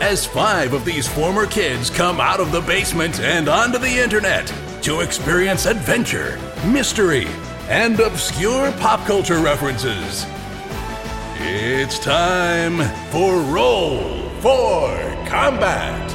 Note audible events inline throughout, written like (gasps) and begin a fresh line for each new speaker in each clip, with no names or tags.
as five of these former kids come out of the basement and onto the internet to experience adventure, mystery, and obscure pop culture references. It's time for Roll for Combat.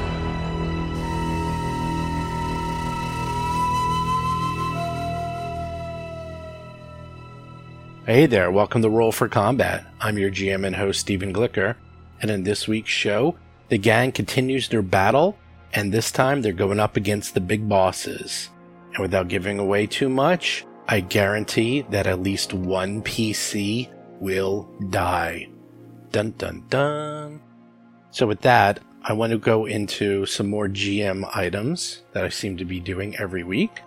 Hey there, welcome to Roll for Combat. I'm your GM and host, Stephen Glicker. And in this week's show, the gang continues their battle, and this time they're going up against the big bosses. And without giving away too much, I guarantee that at least one PC will die. Dun dun dun. So, with that, I want to go into some more GM items that I seem to be doing every week.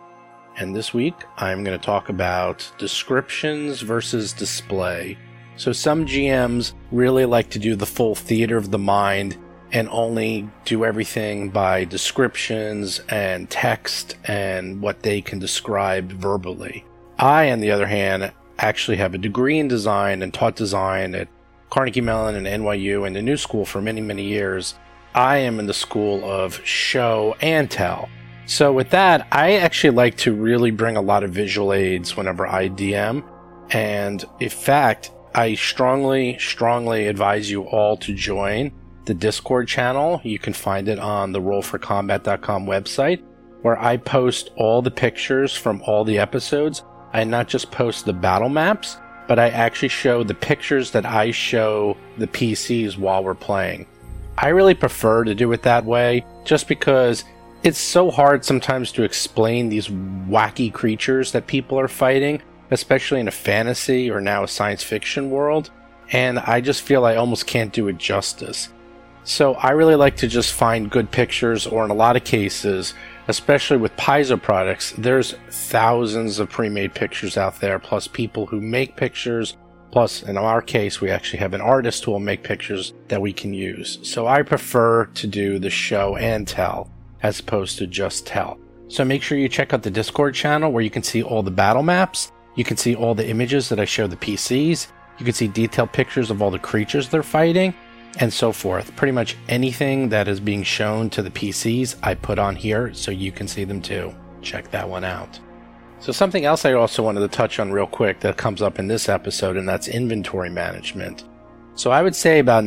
And this week, I'm going to talk about descriptions versus display. So, some GMs really like to do the full theater of the mind and only do everything by descriptions and text and what they can describe verbally. I, on the other hand, actually have a degree in design and taught design at Carnegie Mellon and NYU and the New School for many, many years. I am in the school of show and tell. So, with that, I actually like to really bring a lot of visual aids whenever I DM. And in fact, I strongly, strongly advise you all to join the Discord channel. You can find it on the rollforcombat.com website, where I post all the pictures from all the episodes. I not just post the battle maps, but I actually show the pictures that I show the PCs while we're playing. I really prefer to do it that way just because it's so hard sometimes to explain these wacky creatures that people are fighting, especially in a fantasy or now a science fiction world. And I just feel I almost can't do it justice. So I really like to just find good pictures, or in a lot of cases, especially with Paizo products, there's thousands of pre made pictures out there, plus people who make pictures. Plus, in our case, we actually have an artist who will make pictures that we can use. So I prefer to do the show and tell as opposed to just tell. So make sure you check out the Discord channel where you can see all the battle maps. You can see all the images that I show the PCs. You can see detailed pictures of all the creatures they're fighting and so forth. Pretty much anything that is being shown to the PCs, I put on here so you can see them too. Check that one out. So, something else I also wanted to touch on real quick that comes up in this episode, and that's inventory management. So, I would say about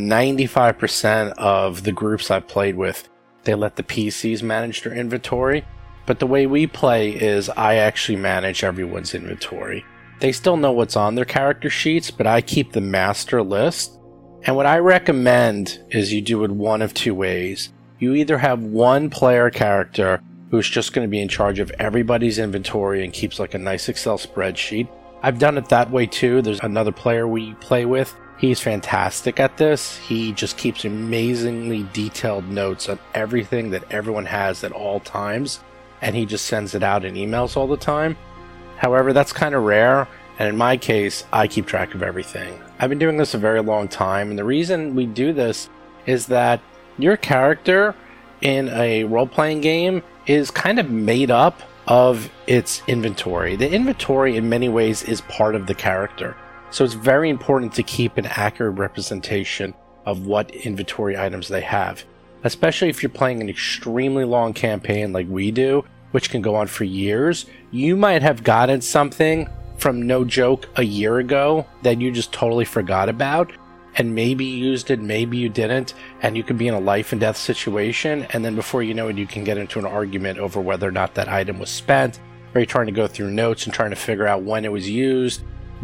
95% of the groups I've played with, they let the PCs manage their inventory. But the way we play is I actually manage everyone's inventory. They still know what's on their character sheets, but I keep the master list and what I recommend is you do it one of two ways. You either have one player character who's just going to be in charge of everybody's inventory and keeps like a nice Excel spreadsheet. I've done it that way too. There's another player we play with. He's fantastic at this. He just keeps amazingly detailed notes on everything that everyone has at all times, and he just sends it out in emails all the time. However, that's kind of rare. And in my case, I keep track of everything. I've been doing this a very long time, and the reason we do this is that your character in a role playing game is kind of made up of its inventory. The inventory, in many ways, is part of the character. So it's very important to keep an accurate representation of what inventory items they have, especially if you're playing an extremely long campaign like we do. Which can go on for years, you might have gotten something from no joke a year ago that you just totally forgot about and maybe you used it maybe you didn't and you could be in a life and death situation and then before you know it you can get into an argument over whether or not that item was spent or you're trying to go through notes and trying to figure out when it was used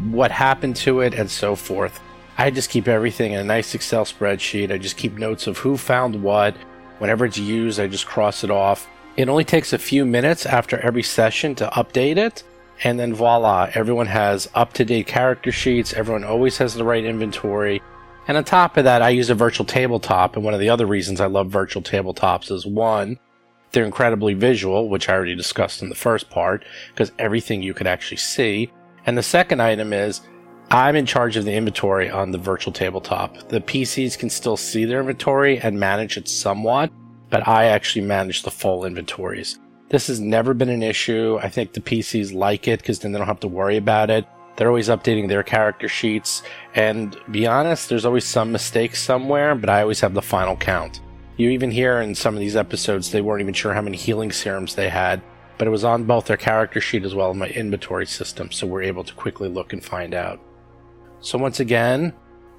what happened to it and so forth i just keep everything in a nice excel spreadsheet i just keep notes of who found what whenever it's used i just cross it off it only takes a few minutes after every session to update it and then voila, everyone has up to date character sheets, everyone always has the right inventory, And on top of that, I use a virtual tabletop. And one of the other reasons I love virtual tabletops is one, they're incredibly visual, which I already discussed in the first part, because everything you could actually see. And the second item is I'm in charge of the inventory on the virtual tabletop. The PCs can still see their inventory and manage it somewhat, but I actually manage the full inventories. This has never been an issue. I think the PCs like it because then they don't have to worry about it. They're always updating their character sheets. And be honest, there's always some mistake somewhere, but I always have the final count. You even hear in some of these episodes, they weren't even sure how many healing serums they had, but it was on both their character sheet as well as my inventory system, so we're able to quickly look and find out. So, once again,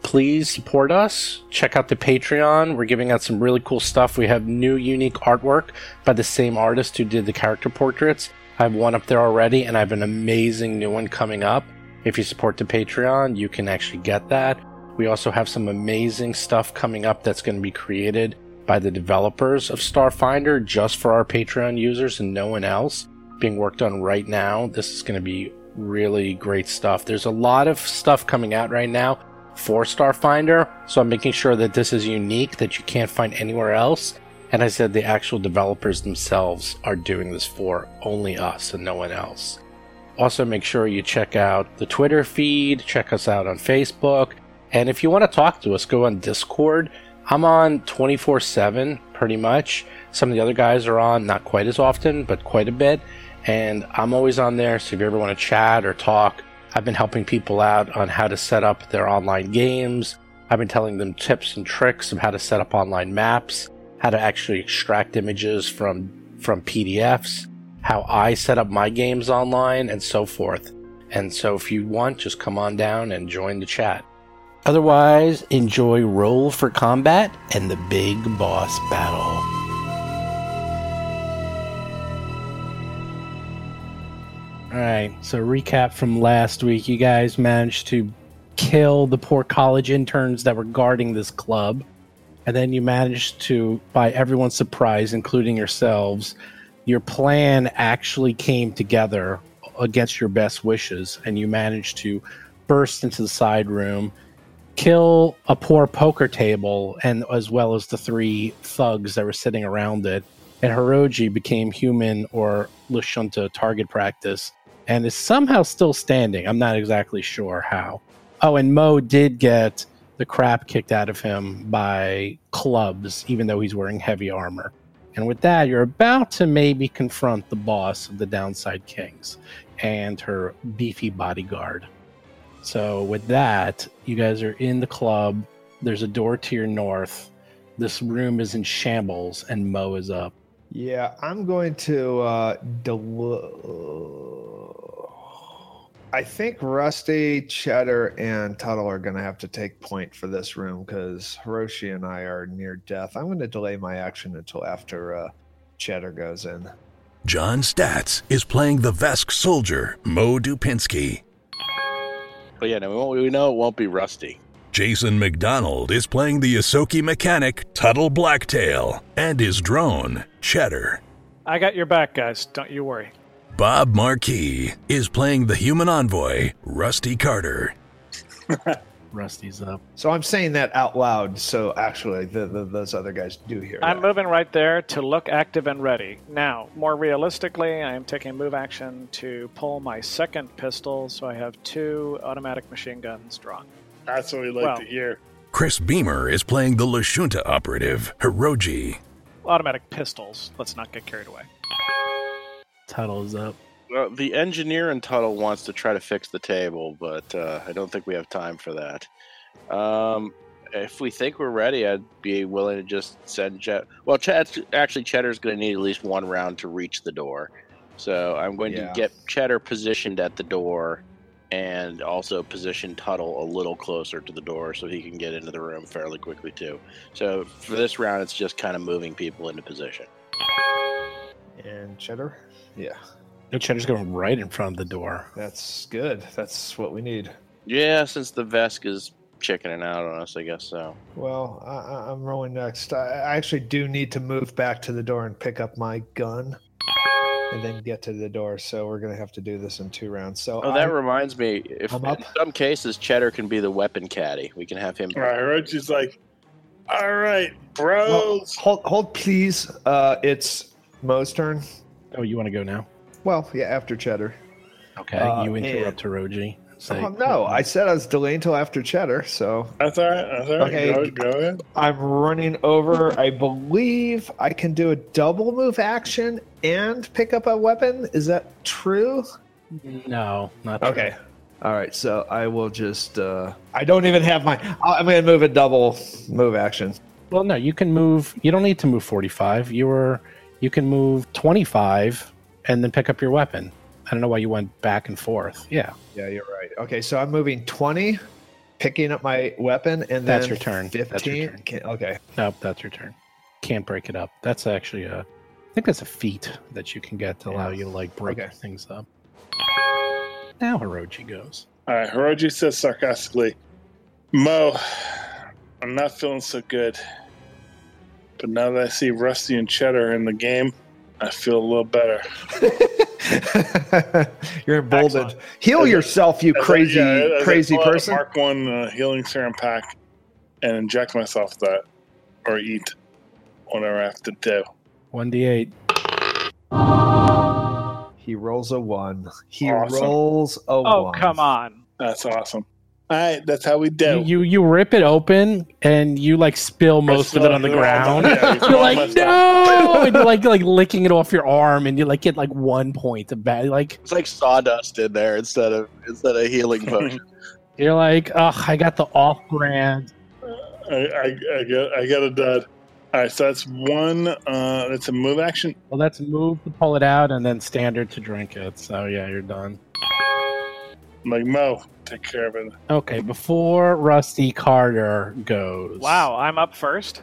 please support us. Check out the Patreon. We're giving out some really cool stuff. We have new, unique artwork by the same artist who did the character portraits. I have one up there already, and I have an amazing new one coming up. If you support the Patreon, you can actually get that. We also have some amazing stuff coming up that's going to be created by the developers of Starfinder just for our Patreon users and no one else being worked on right now. This is going to be really great stuff. There's a lot of stuff coming out right now for Starfinder, so I'm making sure that this is unique that you can't find anywhere else. And I said the actual developers themselves are doing this for only us and no one else. Also, make sure you check out the Twitter feed, check us out on Facebook, and if you want to talk to us, go on Discord. I'm on 24 7 pretty much. Some of the other guys are on not quite as often, but quite a bit and I'm always on there. So if you ever want to chat or talk, I've been helping people out on how to set up their online games. I've been telling them tips and tricks of how to set up online maps, how to actually extract images from from PDFs, how I set up my games online and so forth. And so if you want, just come on down and join the chat. Otherwise, enjoy Roll for Combat and the Big Boss Battle. All right. So recap from last week, you guys managed to kill the poor college interns that were guarding this club, and then you managed to, by everyone's surprise, including yourselves, your plan actually came together against your best wishes, and you managed to burst into the side room, kill a poor poker table, and as well as the three thugs that were sitting around it. And Hiroji became human or Lushunta target practice and is somehow still standing. I'm not exactly sure how. Oh, and Mo did get the crap kicked out of him by clubs, even though he's wearing heavy armor. And with that, you're about to maybe confront the boss of the Downside Kings and her beefy bodyguard. So, with that, you guys are in the club. There's a door to your north. This room is in shambles, and Mo is up.
Yeah, I'm going to. Uh, del- I think Rusty, Cheddar, and Tuttle are going to have to take point for this room because Hiroshi and I are near death. I'm going to delay my action until after uh, Cheddar goes in.
John Statz is playing the Vesk soldier, Mo Dupinsky.
But yeah, no, we, won't, we know it won't be Rusty.
Jason McDonald is playing the Yosoki mechanic, Tuttle Blacktail, and his drone, Cheddar.
I got your back, guys. Don't you worry.
Bob Marquis is playing the human envoy, Rusty Carter.
Rusty's up.
So I'm saying that out loud. So actually, the, the, those other guys do hear.
I'm
that.
moving right there to look active and ready. Now, more realistically, I am taking move action to pull my second pistol, so I have two automatic machine guns drawn.
That's what we like
Well-
to hear.
Chris Beamer is playing the Lashunta operative, Hiroji.
Automatic pistols. Let's not get carried away.
Tuttle is up.
Well, the engineer in Tuttle wants to try to fix the table, but uh, I don't think we have time for that. Um, if we think we're ready, I'd be willing to just send Chet. Well, Chet, actually, Cheddar's going to need at least one round to reach the door. So I'm going
Yeah.
to get Cheddar positioned at the door and also position Tuttle a little closer to the door so he can get into the room fairly quickly, too. So for this round, it's just kind of moving people into position.
And Cheddar. Yeah,
No Cheddar's going right in front of the door.
that's good. That's what we need.
Yeah, since the Vesk is chickening out on us, I guess so.
Well, I- I, I'm rolling next. I, I actually do need to move back to the door and pick up my gun. and then get to the door. So we're gonna have to do this in two rounds. So
Oh, that
I'm-
reminds me. If
I'm
in
up.
some cases Cheddar can be the weapon caddy, we can have him.
All right, Orochi's like, all right,
Well,
bros.
hold, hold, please. Uh, it's Mo's turn.
Oh, you want to go now?
Well, yeah, after Cheddar.
Okay.
Uh,
you interrupt Hiroji. Say,
Oh, no, I said I was delaying until after Cheddar, so
That's all right. That's all right.
Okay.
Go, go ahead.
I'm running over. I believe I can do a double move action and pick up a weapon. Is that true?
no, not
Okay. All right, so I will just. Uh, I don't even have my. I'm gonna move a double move action.
Well, no, you can move. You don't need to move 45. You were, you can move 25 and then pick up your weapon. I don't know why you went back and forth. Yeah,
Yeah, you're right. Okay, so I'm moving 20, picking up my weapon, and
That's
then
your turn. That's your
15.
turn.
Can- okay. (laughs)
nope, that's your turn. Can't break it up. That's actually a, I think that's a feat that you can get to allow you to like break
Okay.
things up. Now Hiroji goes.
All right, Hiroji says sarcastically, Mo, I'm not feeling so good. But now that I see Rusty and Cheddar in the game, I feel a little better.
You're emboldened.
Excellent.
Heal
As a-
yourself, you
As I-
crazy,
yeah, as I
crazy
pull out a
person.
Mark one uh, healing serum pack and inject myself with that or eat whatever I have to do.
1d8.
He rolls a one. He
Awesome.
rolls a one.
Oh, come on.
That's awesome. All right, that's how we do.
You, you you rip it open and you like spill most of it on the ground. (laughs)
Yeah, it's
You're
all
like
messed up.
no, and you're like like licking it off your arm, and you like get like one point of bad. Like
It's like sawdust in there instead of instead of
(laughs)
healing potion.
You're like, oh, I got the off brand.
I, I, I got I got a dud. All right, so that's one. Uh, that's a move action.
Well, that's move to pull it out and then standard to drink it. So, yeah, you're done.
I'm like Mo, take care of it.
Okay, before Rusty Carter goes.
Wow, I'm up first.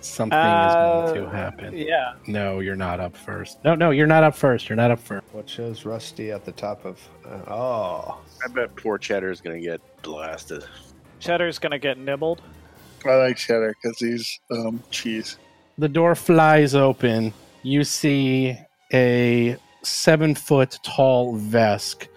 Something is going
Uh,
to happen.
Yeah.
No, you're not up first. No, no, you're not up first. You're not up first.
What shows Rusty at the top of? Uh, oh,
I bet poor Cheddar is gonna get blasted.
Cheddar's going to get nibbled.
I like cheddar because he's um, cheese.
The door flies open. You see a seven foot tall Vesk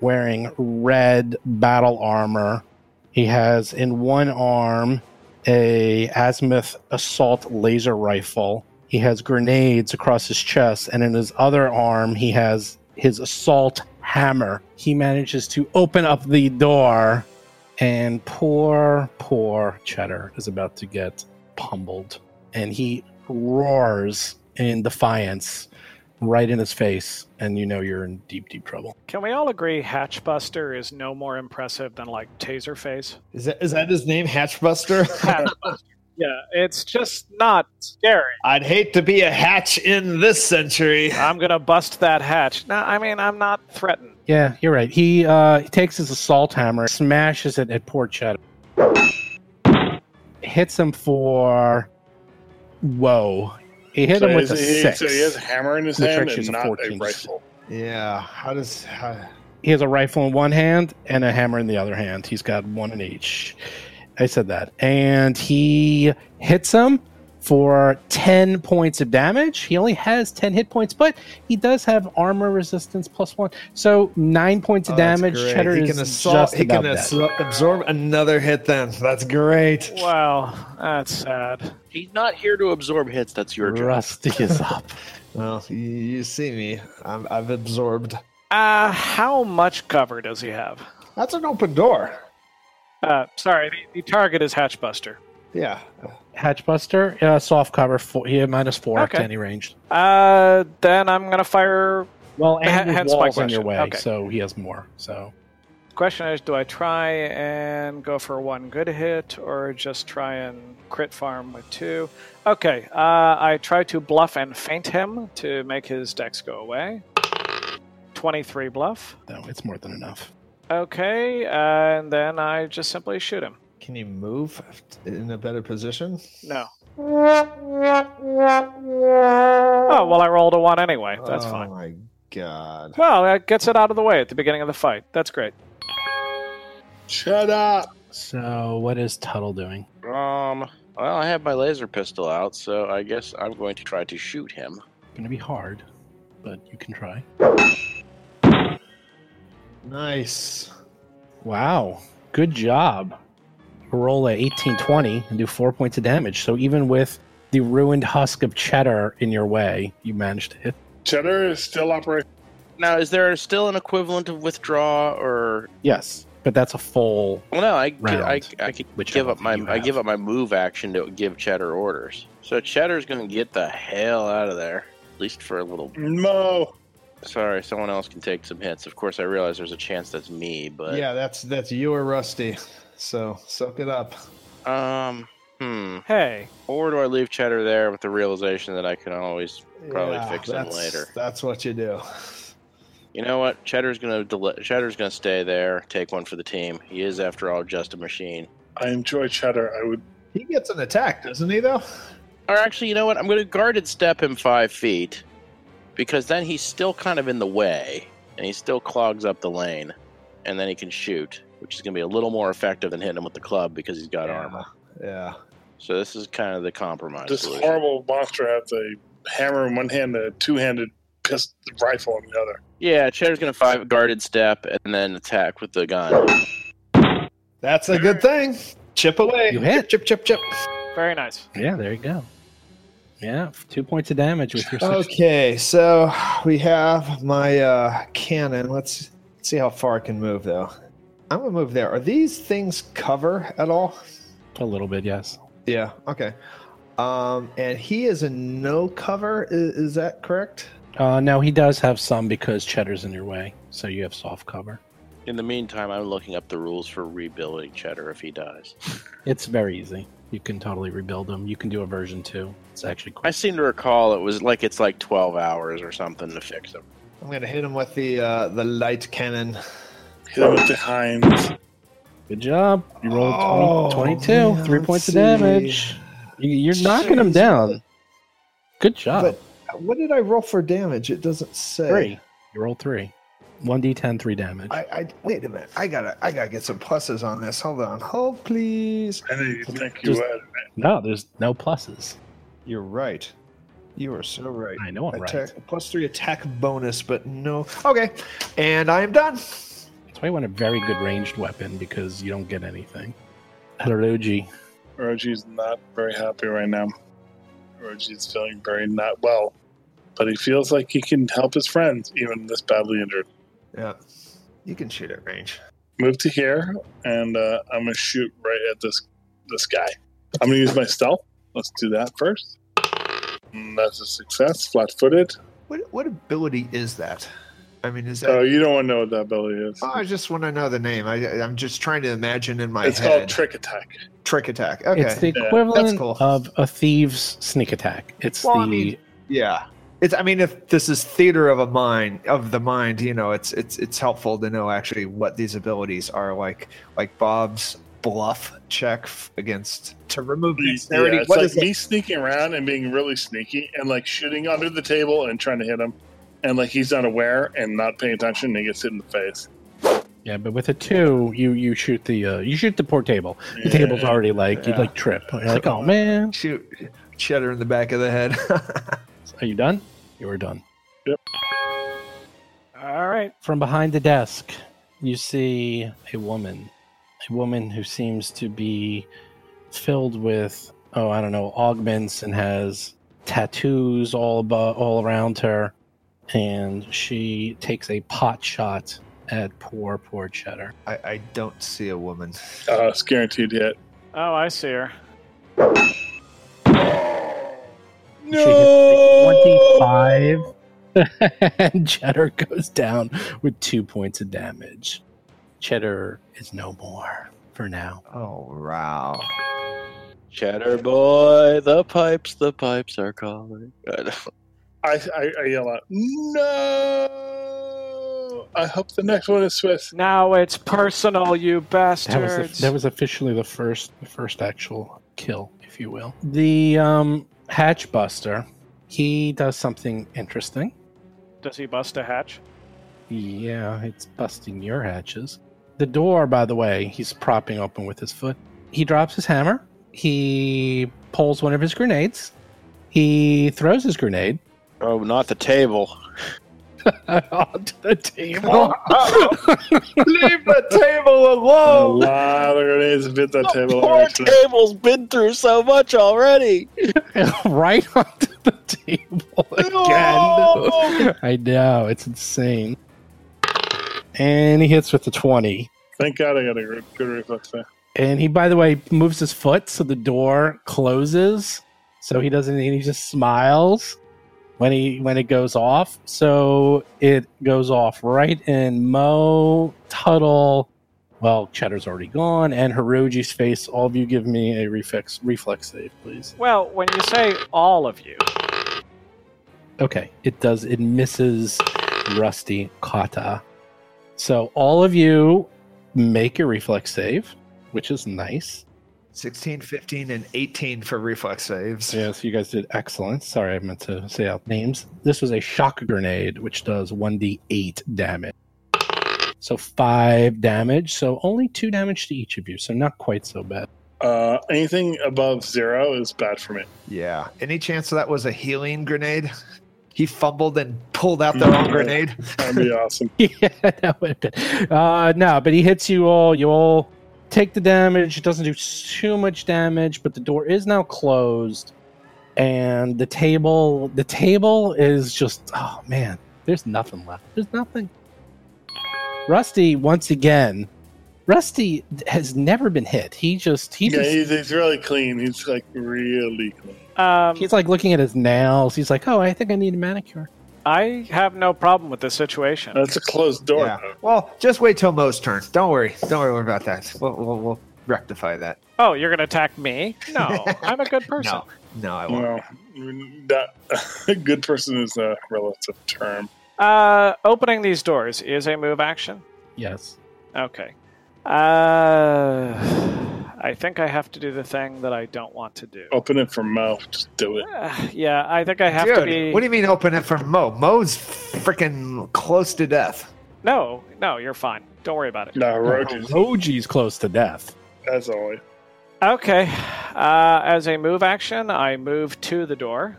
wearing red battle armor. He has in one arm a azimuth assault laser rifle. He has grenades across his chest, and in his other arm, he has his assault hammer. He manages to open up the door, and poor, poor Cheddar is about to get pummeled and he roars in defiance right in his face and you know you're in deep deep trouble
Can we all agree Hatchbuster is no more impressive than like Taserface?
is that is that his name, Hatchbuster? (laughs)
Hatchbuster. yeah, it's just not scary.
I'd hate to be a hatch in this century.
I'm going to bust that hatch. No, I mean, I'm not threatened.
yeah you're right he uh he takes his assault hammer smashes it at poor cheddar hits him for whoa he hit
So
him with
he
a
has- he,
six
So he has a hammer in his
Which
hand
actually is
and
a
not
14.
a rifle.
Yeah. How does? How,
he has a rifle in one hand and a hammer in the other hand. He's got one in each. I said that. And he hits him for 10 points of damage. He only has 10 hit points, but he does have armor resistance plus one. So nine points of
Oh, that's
damage.
great.
Cheddar
he
is
can assault.
just
He
about
can
dead.
absor- absorb another hit. Then that's great.
Wow, that's sad.
He's not here to absorb hits. That's your job.
Rusty is up.
Well, you, you see me. I'm, I've absorbed.
Uh, how much cover does he have?
That's an open door.
Uh, sorry, the, the target is Hatchbuster.
Yeah.
(laughs) Hatchbuster, uh, soft cover. Four, he had minus four
Okay.
to any range.
Uh, then I'm going to fire.
Well,
H-
and his
hence my
wall's on your
question.
way,
Okay.
so he has more. So
Question is, do I try and go for one good hit or just try and crit farm with two? Okay, uh, I try to bluff and feint him to make his dex go away. 23 bluff.
no, it's more than enough.
Okay, and then I just simply shoot him.
Can you move in a better position?
No. Oh, well, I rolled a one anyway. That's
oh
fine.
my god.
Well, that gets it out of the way at the beginning of the fight. That's great.
Shut up.
So what is Tuttle doing?
Um. Well, I have my laser pistol out, so I guess I'm going to try to shoot him.
Going to be hard. but you can try.
Nice.
Wow. Good job. Roll at 1820 and do four points of damage. So even with the ruined husk of cheddar in your way, you managed to hit.
Cheddar is still operating.
Now, is there still an equivalent of withdraw or?
Yes. But that's a full.
Well, no, I could-
Round.
I, I could
Which I
give
don't
up
think
my
you
I
have.
give up my move action to give Cheddar orders. So Cheddar's going to get the hell out of there, at least for a little.
Mo.
Sorry, someone else can take some hits. Of course, I realize there's a chance that's me, but
Yeah, that's that's you or Rusty. So soak it up.
Um, hmm.
Hey,
Or do I leave Cheddar there with the realization that I can always, Probably fix it
that's-
later.
That's what you do.
you know what? Cheddar's gonna del- Cheddar's gonna stay there, take one for the team. He is, after all, just a machine.
I enjoy cheddar. I would.
He gets an attack, doesn't he? Though.
Or actually, you know what? I'm gonna guarded step him five feet, because then he's still kind of in the way, and he still clogs up the lane, and then he can shoot, which is gonna be a little more effective than hitting him with the club because he's got armor.
Yeah.
So this is kind of the compromise.
This
solution.
horrible monster has a hammer in one hand, and a two-handed pistol rifle in the other.
Yeah, Cheddar's gonna five guarded step and then attack with the gun.
That's a good thing. Chip away.
You hit.
Chip, chip, chip.
very nice.
Yeah, there you go. Yeah, two points of damage with your.
Okay, so we have my uh, cannon. Let's see how far I can move, though. I'm gonna move there. Are these things cover at all?
A little bit, yes.
Yeah. Okay. Um, and he is in no cover. Is, is that correct?
Uh, no, he does have some because cheddar's in your way, so you have soft cover.
In the meantime, I'm looking up the rules for rebuilding Cheddar if he (laughs) dies.
It's very easy. You can totally rebuild them. You can do a version two. It's actually
I
quite.
seem to recall it was like it's like 12 hours or something to fix him.
I'm gonna hit him with the uh, the light cannon.
Hit him with the hinds.
Good job. You rolled 20,
Oh,
22,
man,
three
let's
points
see.
of damage. You, you're knocking him down. Good job.
But what did I roll for damage? It doesn't say.
three. You rolled three. 1d10, three damage.
I, I wait a minute. I gotta I gotta get some pluses on this. Hold on. Hold please.
I didn't even think you
Just-
would.
no, there's no pluses.
You're right. You are so right.
I know I'm right.
Attack, Plus three attack bonus, but no. Okay, and I am done.
That's why you want a very good ranged weapon because you don't get anything. Haruji.
Roji's not very happy right now. Roji's feeling very not well, but he feels like he can help his friends, even this badly injured.
Yeah, you can shoot at range.
Move to here, and uh, I'm gonna shoot right at this this guy. I'm gonna use my stealth. Let's do that first. Mm, that's a success. Flat-footed.
What what ability is that? I mean, is that?
Oh, you don't want to know what that ability is.
Oh, I just want to know the name. I, I'm just trying to imagine in my
It's
head.
called trick attack.
trick attack. Okay.
It's the
Yeah,
equivalent
cool.
of a thieves sneak attack. It's
Well,
the
I mean- yeah. It's. I mean, if this is theater of a mind of the mind, you know, it's it's it's helpful to know actually what these abilities are like. Like Bob's bluff check f- against to remove dexterity.
Yeah, it's
What
like
is it?
me sneaking around and being really sneaky and like shooting under the table and trying to hit him, and like he's unaware and not paying attention and he gets hit in the face.
yeah, but with a two, you you shoot the uh, you shoot the poor table. The
Yeah.
table's already like you
Yeah.
like trip. You're like, oh man,
Shoot, cheddar in the back of the head. (laughs)
are you done? You are done.
All right.
From behind the desk, you see a woman, a woman who seems to be filled with oh I don't know augments and has tattoos all about, all around her, and she takes a pot shot at poor poor Cheddar.
I, I don't see a woman.
Uh, it's guaranteed hit.
Oh, I see her.
She hits a 25. and (laughs) Cheddar goes down with two points of damage. Cheddar is no more for now.
Oh wow!
Cheddar boy, the pipes, the pipes are calling.
I, I, I yell out, "No!" I hope the next one is Swiss.
Now it's personal, you
That was,
bastards.
the, that was officially the first the first actual kill, if you will. The um, Hatchbuster, he does something interesting.
Does he bust a hatch?
Yeah, it's busting your hatches. The door, by the way, he's propping open with his foot. He drops his hammer. He pulls one of his grenades. He throws his grenade. (laughs)
oh, not the table.
onto the table.
Leave the table
A
alone.
lot of grenades have
(laughs)
hit that
Oh,
table.
Poor
already tonight.
table's been through so much already.
(laughs) right onto the table (laughs) again. (laughs) I know, it's insane. And he hits with the 20.
Thank God I got a good, good reflex there.
And he, by the way, moves his foot so the door closes. So he doesn't, and he just smiles when he when it goes off. So it goes off right in Mo, Tuttle, well, Cheddar's already gone, and Hiroji's face. All of you give me a reflex, reflex save, please.
Well, when you say all of you,
Okay, it does. It misses Rusty Kata. So all of you make a reflex save, which is nice.
16, 15, and 18 for reflex saves.
Yeah, so you guys did excellent. Sorry, I meant to say out names. This was a shock grenade, which does 1d8 damage. So five damage. So only two damage to each of you. So not quite so bad.
Uh, anything above zero is bad for me.
Yeah. Any chance that was a healing grenade? He fumbled and pulled out the wrong grenade. (laughs)
That'd be awesome.
(laughs) yeah, that would have been. Uh, no, but he hits you all. You all take the damage. It doesn't do too much damage, but the door is now closed, and the table. The table is just. Oh man, there's nothing left. There's nothing. Rusty once again. Rusty has never been hit. He just he
Yeah,
just
he's, he's really clean. He's like really clean.
um,
he's like looking at his nails. He's like, oh, I think I need a manicure.
I have no problem with this situation.
That's a closed door.
Yeah.
though.
Well, just wait till Mo's turn. Don't worry. Don't worry about that. We'll, we'll, we'll rectify that.
oh, you're going to attack me?
(laughs)
No, I'm a good person.
No, no, I won't.
Well, that (laughs) good person is a relative term.
Uh, opening these doors is a move action.
Yes.
Okay. Uh, I think I have to do the thing that I don't want to do.
Open it for Mo. Just do it.
Uh, (sighs) yeah, I think I have
Dude,
to be.
what do you mean open it for Mo? Mo's freaking close to death.
No, no, you're fine. Don't worry about it.
Uh-huh.
No, Roach is
Roji's close to death.
as always.
Okay. Uh, as a move action, I move to the door,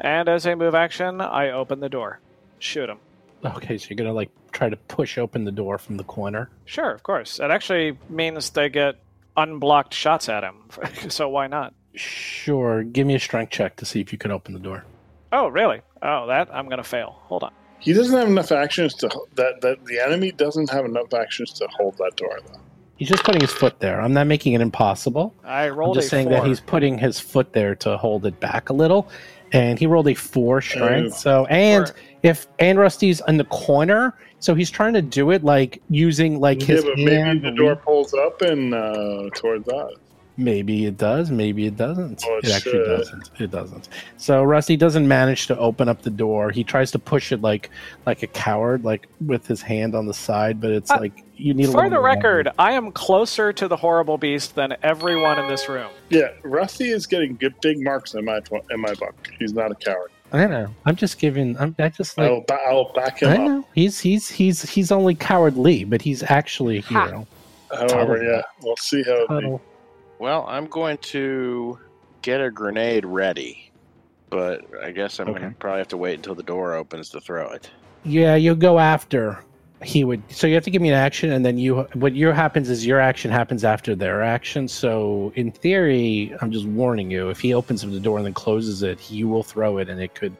and as a move action, I open the door. Shoot him.
Okay, so you're gonna like try to push open the door from the corner.
Sure, of course. That actually means they get unblocked shots at him. (laughs) so why not?
Sure. Give me a strength check to see if you can open the door.
Oh, really? Oh, that I'm gonna fail. Hold on.
He doesn't have enough actions to that. That the enemy doesn't have enough actions to hold that door. Though.
He's just putting his foot there. I'm not making it impossible.
I
I'm
rolled
just
a
saying
four.
that he's putting his foot there to hold it back a little. And he rolled a four strength.
Oh.
So and
Four.
if and Rusty's in the corner, so he's trying to do it like using like
yeah,
his
but
hand.
maybe the door pulls up and uh, towards us.
Maybe it does. Maybe it doesn't.
Oh,
it actually
shit.
doesn't. It doesn't. So Rusty doesn't manage to open up the door. He tries to push it like like a coward, like with his hand on the side, but it's
Uh,
like you need. a
For
little
the
more
record, I am closer to the horrible beast than everyone in this room.
Yeah, Rusty is getting good big marks in my tw- in my book. He's not a coward.
I know. I'm just giving. I'm. I just like.
I'll, ba- I'll back
I
him up.
know. He's he's he's he's only cowardly, but he's actually a
Ha.
hero.
However,
Tuttle.
yeah, we'll see how. It be.
Tuttle.
Well, I'm going to get a grenade ready, but I guess I'm going
Okay.
to probably have to wait until the door opens to throw it.
Yeah, you'll go after. He would. So you have to give me an action, and then you. What your happens is your action happens after their action. So in theory, I'm just warning you. If he opens up the door and then closes it, you will throw it, and it could.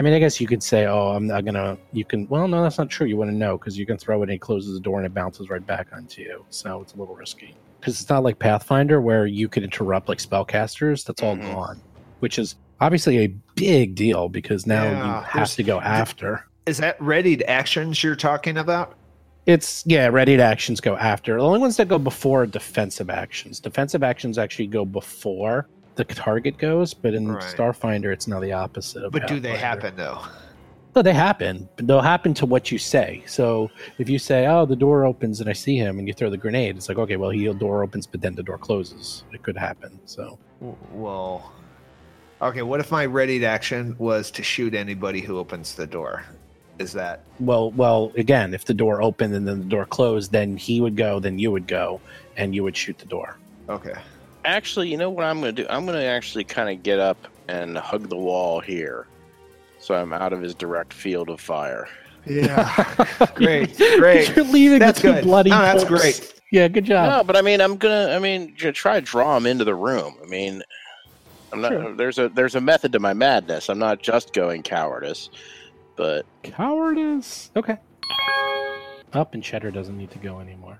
I mean, I guess you could say, "Oh, I'm not gonna." You can. Well, no, that's not true. You want to know because you can throw it and it closes the door and it bounces right back onto you. So it's a little risky because it's not like Pathfinder where you can interrupt like spellcasters. That's all
Mm-hmm.
Mhm.
gone, which is obviously a big deal because now
Yeah,
you
there's-
have to go after.
Is that readied actions you're talking about?
It's yeah, ready to actions go after. The only ones that go before are defensive actions. Defensive actions actually go before the target goes, but in
Right.
Starfinder it's now the opposite. of
But do they
Pathfinder.
happen though?
No, they happen. But they'll happen to what you say. So if you say, "Oh, the door opens and I see him," and you throw the grenade, it's like, okay, well, he the door opens, but then the door closes. It could happen. So
W- Well, okay. What if my readied action was to shoot anybody who opens the door? Is that
well, well, again, if the door opened and then the door closed, then he would go, then you would go, and you would shoot the door.
okay?
Actually, you know what I'm going to do? I'm going to actually kind of get up and hug the wall here, so I'm out of his direct field of fire.
Yeah. (laughs) great. (laughs)
(laughs)
Great.
You're leaving
That's
the two
good.
bloody.
No, that's
corpse.
great.
Yeah, good job.
No, but I mean, I'm gonna. I mean, j- try to draw him into the room. I mean, I'm not.
Sure.
There's a there's a method to my madness. I'm not just going cowardice, but
Cowardice. Okay. Up and Cheddar doesn't need to go anymore.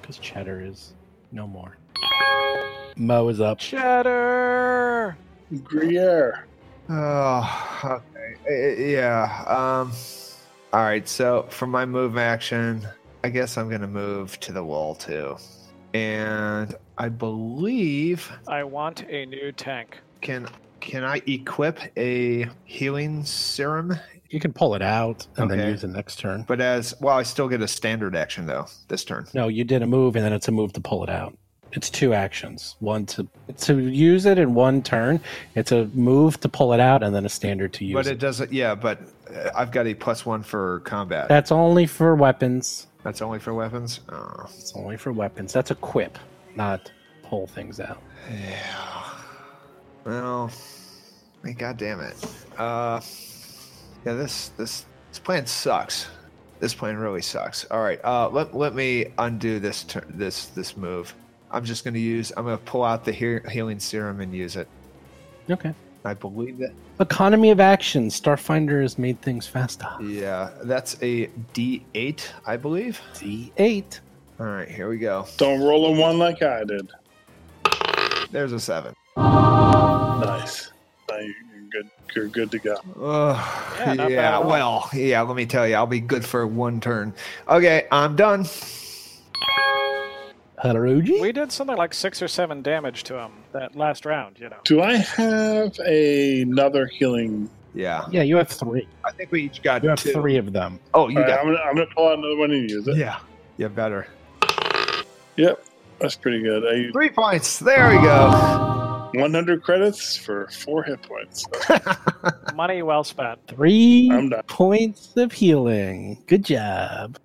Because Cheddar is no more. Mo is up.
Cheddar.
Gruyere.
Oh, okay. Eh, eh, Yeah. Um, all right. So for my move action, I guess I'm going to move to the wall too. And I believe
I want a new tank.
can can I equip a healing serum?
You can pull it out and then
Okay.
use the next turn.
But as well, I still get a standard action though this turn.
No, you did a move and then it's a move to pull it out. It's two actions. One to to use it in one turn. It's a move to pull it out and then a standard to use
but
it.
it doesn't. Yeah, but uh, I've got a plus one for combat.
That's only for weapons.
That's only for weapons. Oh,
It's only for weapons. That's a quip, not pull things out.
yeah. Well, I- god damn it. Uh, yeah, this this this plan sucks. This plan really sucks. All right, uh, let let me undo this tur this this move. I'm just gonna use. I'm gonna pull out the hear healing serum and use it.
Okay.
I believe that.
Economy of action. Starfinder has made things faster.
Yeah, that's a D8, I believe.
D8.
All right, here we go.
Don't roll a one like I did.
There's a seven.
Nice. Now you- you're good. You're good to go.
Ugh,
Yeah,
yeah,
not bad at all.
well, yeah, let me tell you, I'll be good for one turn. Okay, I'm done.
Haruji?
We did something like six or seven damage to him that last round, you know.
Do I have a, another healing?
Yeah,
Yeah, you have three.
I think we each got
You have
two.
three of them.
Oh, you
All right,
got
I'm gonna I'm gonna pull out another one and use it.
yeah, yeah, better.
Yep, that's pretty good. I used
Three points. There we go.
100 credits for four hit points.
Money well spent.
Three
I'm done.
points of healing. Good job.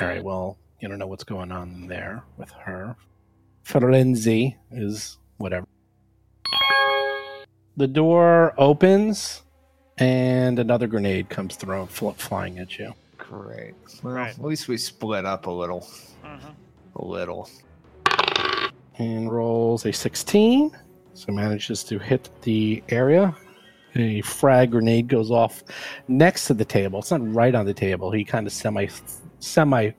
All right, well, you don't know what's going on there with her. Ferenzi is whatever. The door opens, and another grenade comes thrown, fl- flying at you.
Great. Well,
Right.
at least we split up a little,
Mhm.
a little.
and rolls a 16. So manages to hit the area. A frag grenade goes off next to the table. It's not right on the table. He kind of semi semi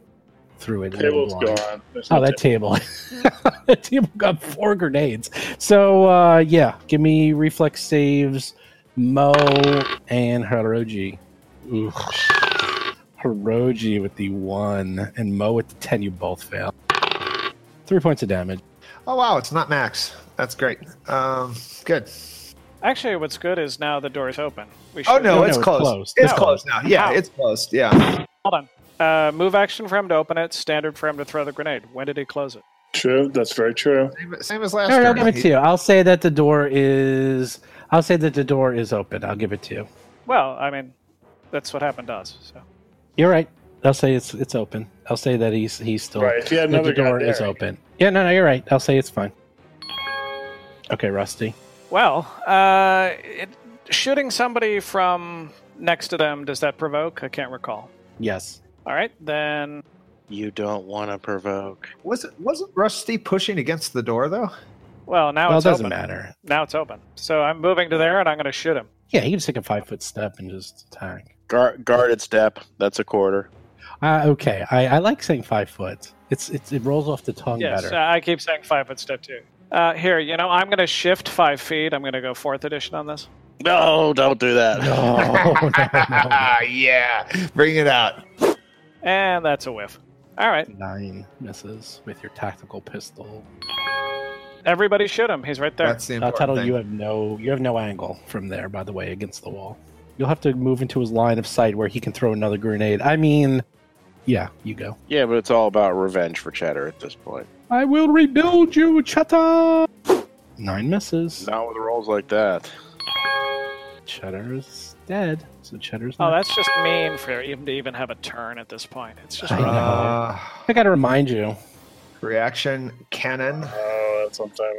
threw it.
Table's
blind.
gone. There's no
Oh, that
table.
table. (laughs) that table got four grenades. So uh, yeah, give me reflex saves, Mo and Hiroji. Ooh. Hiroji with the one and Mo with the ten. You both fail. Three points of damage.
Oh wow, it's not max. That's great. Um, good.
Actually, what's good is now the door is open. We
Oh
should-
no,
No,
it's
no, it's
closed.
closed.
It's
No.
closed now. Yeah,
Ow.
it's closed. Yeah.
Hold on. Uh, move action for him to open it. Standard for him to throw the grenade. When did he close it?
True. That's very true.
Same, same as last
All right, I'll
turn.
give it to you. I'll say that the door is. I'll say that the door is open. I'll give it to you.
Well, I mean, that's what happened to us. So
You're right. I'll say it's it's open. I'll say that he's he's still.
Right. If you had
that
another
the door
guy
is
there,
open. Yeah, no, no, you're right. I'll say it's fine. Okay, Rusty.
Well, uh, it, shooting somebody from next to them, does that provoke? I can't recall.
Yes.
All right, then.
you don't want to provoke.
Wasn't wasn't Rusty pushing against the
(laughs)
door though?
Well, now
well, it
it's
doesn't
open.
matter.
Now it's open. So I'm moving to there and I'm going to shoot him.
Yeah, he can take a five foot step and just attack.
Gar- guarded step. That's a quarter.
Uh, okay, I, I like saying five foot. It's, it's it rolls off the tongue
Yes,
better.
uh, I keep saying five foot step two. Uh, here, you know, I'm going to shift five feet. I'm going to go fourth edition on this.
No, don't do that.
no, (laughs) no, no,
(laughs)
no.
(laughs) yeah. Bring it out.
And that's a whiff. All right,
Nine misses with your tactical pistol.
everybody shoot him. He's right there.
That's the
Uh,
important
Tuttle,
thing.
you have no you have no angle from there, by the way, against the wall. You'll have to move into his line of sight where he can throw another grenade. I mean, yeah, you go.
Yeah, but it's all about revenge for Cheddar at this point.
I will rebuild you, Chata. Nine misses.
Not with rolls like that.
Cheddar's dead, so Cheddar's.
Oh,
not-
that's just mean for him to even have a turn at this point.
(sighs)
It's just
I know.
Uh,
I gotta remind you.
reaction cannon.
Oh, that's what I'm talking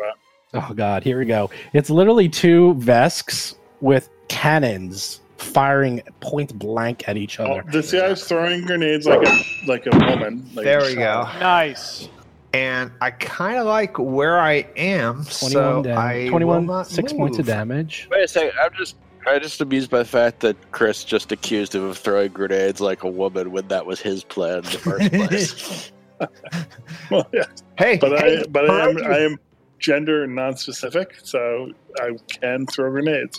about.
Oh God, here we go. It's literally two Vesks with cannons firing point blank at each
Oh,
other.
this guy's throwing grenades like a like a woman. Like
There we go.
Nice.
And I kind of like where I
21
am, so
down.
I
21
will not
six
move.
points of damage.
Wait a second. I'm just I'm just amused by the fact that Chris just accused him of throwing grenades like a woman when that was his plan in the first
(laughs)
(laughs)
place.
Well, (laughs) yeah,
Hey,
but
hey,
I but I am
behind
I
you.
am gender non-specific, so I can throw grenades.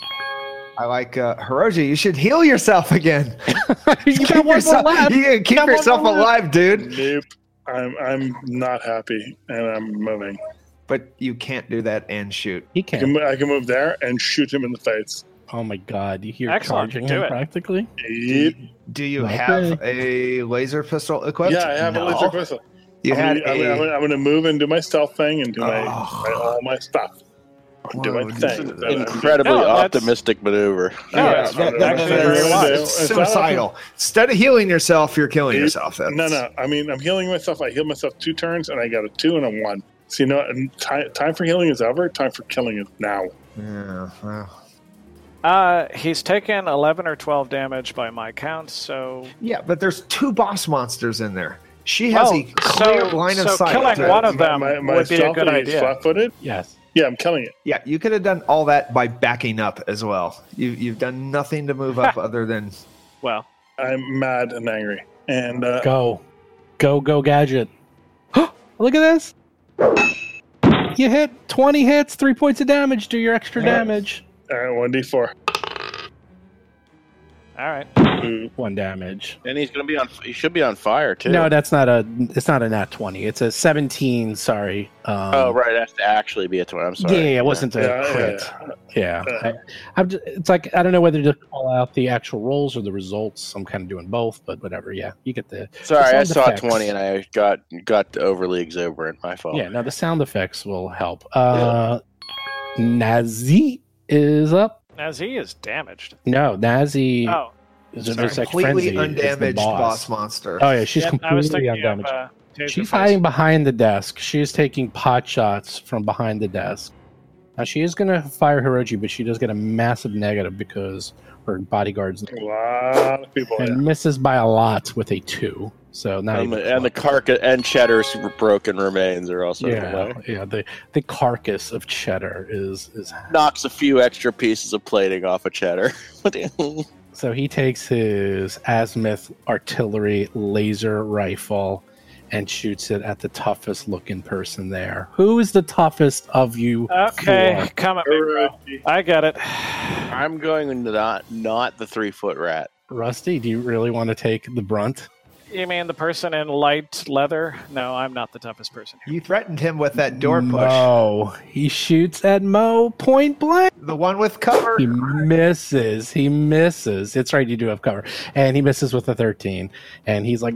I like uh, Hiroji. You should heal yourself again.
(laughs) you got one more
yourself,
left.
you can keep
got one
yourself
more
alive, dude.
Nope. I'm I'm not happy, and I'm moving.
But you can't do that and shoot.
He
I can,
can't.
mo- I can move there and shoot him in the face.
Oh my god! You hear
Excellent,
charging
do
him
it.
practically.
Yep.
Do you
Okay.
have a laser pistol equipped?
Yeah, I have
No.
a laser pistol.
You
I'm,
had
gonna, I'm,
a-
gonna, I'm, gonna, I'm gonna move and do my stealth thing and do my,
Oh.
my all my stuff. Do
Whoa,
my
this
thing.
is
That I'm
Incredibly
No, that's-
optimistic maneuver.
No,
Yeah,
that's,
it's not-
that's actually
that's-
very
that's-
wise.
It's suicidal. Instead of healing yourself, you're killing
It-
yourself. That's,
No, no. I mean, I'm healing myself. I healed myself two turns, and I got a two and a one. So you know, and time, time for healing is over. Time for killing is now.
Yeah, well.
Uh, he's taken 11 or 12 damage by my count, so.
yeah, but there's two boss monsters in there. She has
Well,
a clear
Oh, so-
line of
so
sight.
killing
to-
one of them would be a
stealthy
good
is
idea.
Flat-footed.
Yes.
Yeah, I'm killing it.
yeah, you could have done all that by backing up as well. You, you've done nothing to move
(laughs)
up other than
Well,
I'm mad and angry. And uh,
Go, go, go, gadget! (gasps) Look at this. You hit twenty hits, three points of damage. Do your extra damage.
all right, one d four.
alright.
One damage.
And he's gonna be on. He should be on fire too.
No, that's not a. It's not a nat twenty. It's a seventeen. Sorry. Um,
oh right, that's to actually be a twin. I'm sorry.
Yeah, yeah, it wasn't a
Yeah,
crit.
yeah,
Yeah,
Uh-huh.
I, I'm just, it's like I don't know whether to call out the actual rolls or the results. I'm kind of doing both, but whatever. Yeah, you get the
Sorry, I
sound
saw
effects.
twenty and I got got overly exuberant. My fault.
yeah. Now the sound effects will help. Uh, Nazi is up.
Nazi is damaged.
No, Nazi
Oh,
is
sorry.
is like frenzy,
completely
is the
undamaged boss. monster.
Oh yeah, she's
yep, I was
completely
thinking
undamaged.
of. Uh, Taser
she's
Face.
hiding behind the desk. She is taking pot shots from behind the desk. Now she is going to fire Hiroji, but she does get a massive negative because her bodyguard's
A lot of people.
and misses by a lot with a two. So now
And the, and the carcass and Cheddar's broken remains are also
yeah,
away.
yeah, the the carcass of cheddar is is
knocks a few extra pieces of plating off of Cheddar. (laughs)
so he takes his azimuth artillery laser rifle and shoots it at the toughest looking person there. Who is the toughest of you?
Okay,
four?
come at me, bro.
Hiroji.
I got it.
I'm going with not not the three foot rat.
Rusty, do you really want to take the brunt?
You mean the person in light leather? No, I'm not the toughest person here.
You threatened him with that door push.
Mo. He shoots at Mo point blank.
The one with cover.
He misses. He misses. It's right. You do have cover, and he misses with a thirteen. And he's like,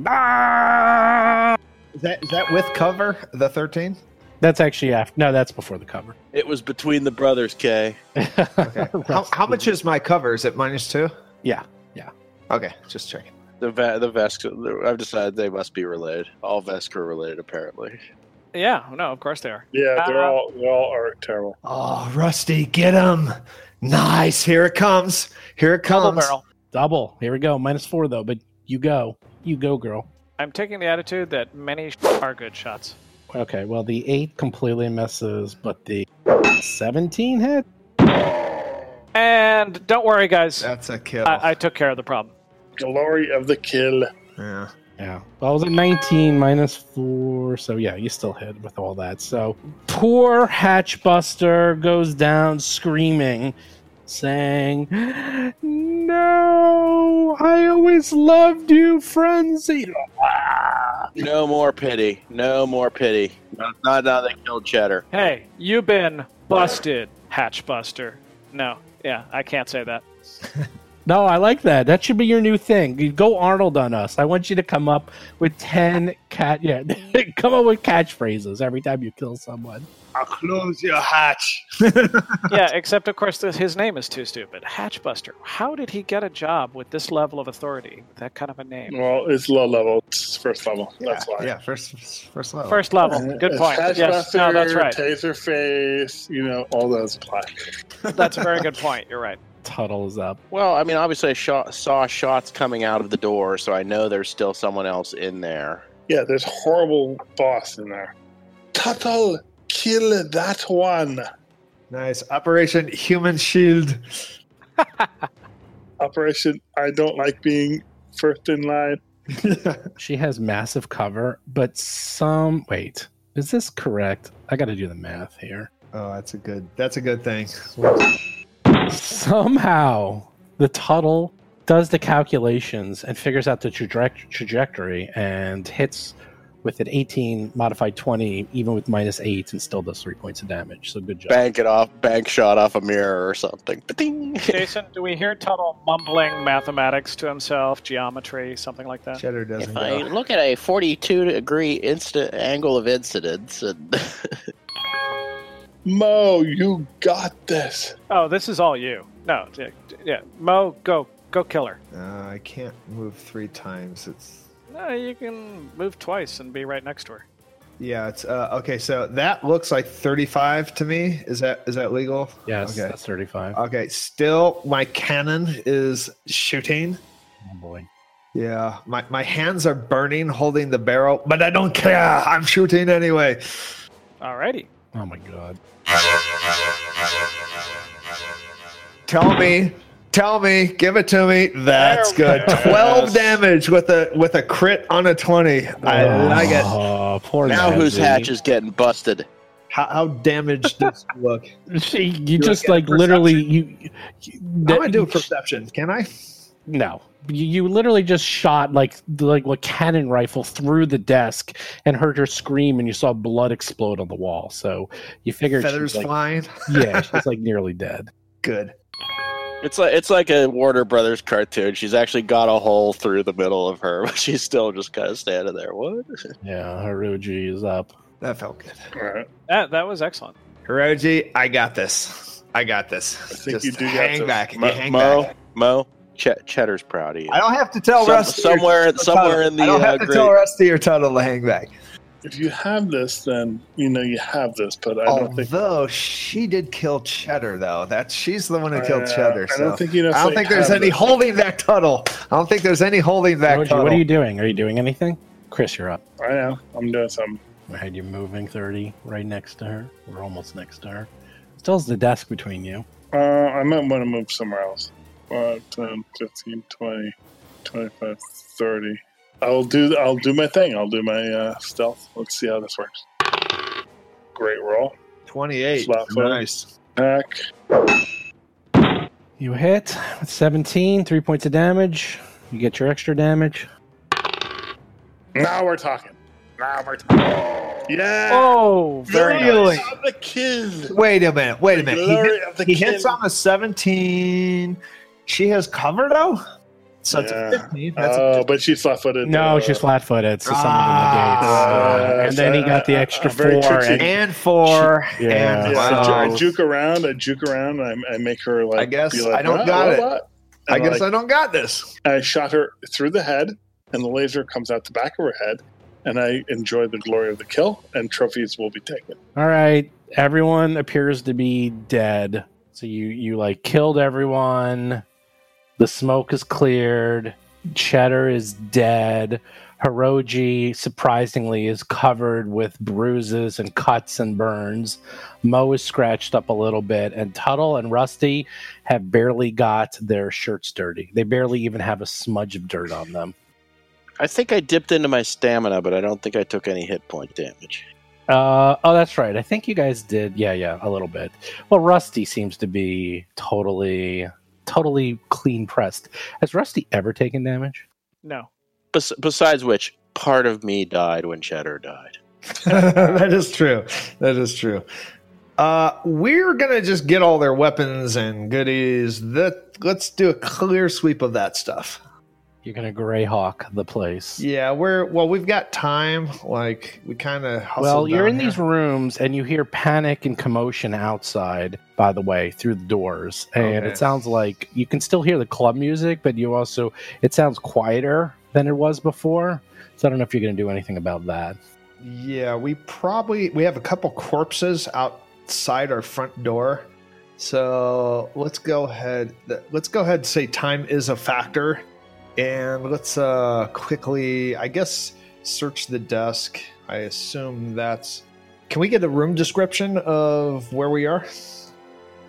ah!
Is that, is that with cover? The 13?
That's actually after. No, that's before the cover.
It was between the brothers, Kay.
(laughs)
Okay. how, how much is my cover? Is it minus two?
Yeah.
Okay, just checking.
The va- the Vesk. I've decided they must be related. All Vesk are related, apparently.
Yeah, no, of course they are.
Yeah, they're
Uh,
all they all are terrible.
Oh, Rusty, get him. Nice. Here it comes. Here it
Double
comes.
barrel.
Double. Here we go. Minus four though, but you go. You go, girl.
I'm taking the attitude that many sh- are good shots.
Okay. Well, the eight completely misses, but the seventeen hit.
And don't worry, guys.
That's a kill.
I, I took care of the problem.
Glory of the kill.
yeah.
Yeah. Well, it was a nineteen minus four, so yeah, you still hit with all that. So poor Hatchbuster goes down screaming, saying, (gasps) "No, I always loved you, frenzy."
No more pity. No more pity. Not not now they killed Cheddar.
Hey, you've been busted, Hatchbuster. No, yeah, I can't say that.
No, I like that. That should be your new thing. You Go Arnold on us. I want you to come up with ten cat. Yeah, (laughs) come up with catchphrases every time you kill someone.
I'll close your hatch.
yeah, except of course this, his name is too stupid. Hatchbuster. How did he get a job with this level of authority, with that kind of a name?
Well, it's low level. It's first level.
Yeah,
That's why.
yeah, first first level.
First level. Good
It's
point. Yes, no, that's
Taskmaster,
right.
Taser face, you know, all those apply.
That's a very good point. You're right.
Tuttle is up.
Well, I mean, obviously, I shot, saw shots coming out of the door, so I know there's still someone else in there.
Yeah, there's horrible boss in there. Tuttle, kill that one.
Nice. Operation Human Shield.
Operation I don't like being first in line.
She has massive cover, but some. Wait, is this correct? I got to do the math here.
Oh, that's a good. That's a good thing.
Somehow, the Tuttle does the calculations and figures out the traject- trajectory and hits with an 18 modified 20, even with minus 8, and still does three points of damage. So good job.
Bank it off, bank shot off a mirror or something. Ba-ding!
Jason, do we hear Tuttle mumbling mathematics to himself, geometry, something like that?
Cheddar doesn't.
If I
Go.
look at a 42 degree instant angle of incidence, and (laughs)
Mo, you got this.
Oh, this is all you. No, yeah, yeah. Mo, go, go kill her.
Uh, I can't move three times. It's
No, you can move twice and be right next to her.
yeah. It's uh, okay. So that looks like thirty-five to me. Is that is that legal?
Yes,
Okay.
that's 35.
Okay. Still, my cannon is shooting.
oh boy.
Yeah, my, my hands are burning holding the barrel, but I don't care. I'm shooting anyway.
Alrighty.
Oh my god.
Tell me, tell me, give it to me. That's
There
good.
we go.
Twelve
Yes.
damage with a with a crit on a twenty. I like it.
Oh, poor
now whose
Nancy.
hatch is getting busted?
How, how damaged does it look?
(laughs) She, you
Do I
just
get a
like literally you. you
I'm gonna do perception. Can I?
no. You, you literally just shot like like a cannon rifle through the desk and heard her scream, and you saw blood explode on the wall. So you figured
Feathers
she's like,
flying. (laughs)
yeah, she's like nearly dead.
Good.
It's like it's like a Warner Brothers cartoon. She's actually got a hole through the middle of her, (laughs) but she's still just kind of standing there. What?
Yeah, Haruji is up.
That felt good.
All right.
That that was excellent.
Hiroji, I got this. I got this.
I think
Just
you do got
hang
this.
back. You
Mo,
hang
Mo,
back.
Mo Ch- Cheddar's proud of you.
I don't have to tell
Some-
Rusty. or-
somewhere- somewhere in the,
I don't have
uh,
to
great-
tell Rusty or Tuttle to hang back.
If you have this, then you know you have this. But I don't think
Although she did kill Cheddar, though that she's the one who killed
Uh,
Cheddar.
I don't
so-
think you know.
I don't think there's any holding back Tuttle. I don't think there's any holding back
Haruji,
Tuttle.
what are you doing? Are you doing anything? Chris, you're up.
I know. I'm doing something.
Right, you're moving thirty right next to her. We're almost next to her. Still's the desk between you.
Uh, I might want to move somewhere else. Uh, 10, 15, 20, 25, 30. I'll do. I'll do my thing. I'll do my uh, stealth. Let's see how this works. Great roll.
28.
Slap foot.
Nice.
Attack.
You hit with 17, three points of damage. You get your extra damage.
Now we're talking. Now we're talking. Yeah.
Oh, very
Glory
nice.
of the kid.
Wait a minute. Wait a minute. He,
Glory
hit-
of the
he hits
kin.
on a 17. She has cover though, so it's
Yeah.
a 15. That's a
Oh, but she's left-footed.
No,
uh,
she's flat footed, so someone
Ah.
negates. and then he got the extra
Uh, very
four.
tricky.
And,
and four.
Yeah.
And
Yeah, I, ju- I
wow.
juke around. I juke around. I, I make her like.
I guess
be like,
I don't
"What,
got
what,
it."
what?"
I
And,
guess I
like,
don't got
(laughs)
this.
I shot her through the head, and the laser comes out the back of her head. And I enjoy the glory of the kill, and trophies will be taken.
all right, everyone appears to be dead. So you you like killed everyone. The smoke is cleared. Cheddar is dead. Hiroji, surprisingly, is covered with bruises and cuts and burns. Mo is scratched up a little bit, and Tuttle and Rusty have barely got their shirts dirty. They barely even have a smudge of dirt on them.
I think I dipped into my stamina, but I don't think I took any hit point damage.
Uh, oh, that's right. I think you guys did. Yeah, yeah, a little bit. Well, Rusty seems to be totally, totally clean pressed. Has Rusty ever taken damage?
No.
Bes- besides which, part of me died when Cheddar died.
that is true. That is true. Uh, we're gonna just get all their weapons and goodies. That let's do a clear sweep of that stuff.
You're gonna Greyhawk the place.
Yeah, we're well. We've got time. Like we kind of.
Well, you're in these rooms and you hear panic and commotion outside, by the way, through the doors. And
Okay.
it sounds like you can still hear the club music, but you also, it sounds quieter than it was before. So I don't know if you're going to do anything about that.
Yeah, we probably we have a couple corpses outside our front door, So let's go ahead. Let's go ahead and say time is a factor, and let's uh, quickly, I guess, search the desk. I assume that's. Can we get a room description of where we are?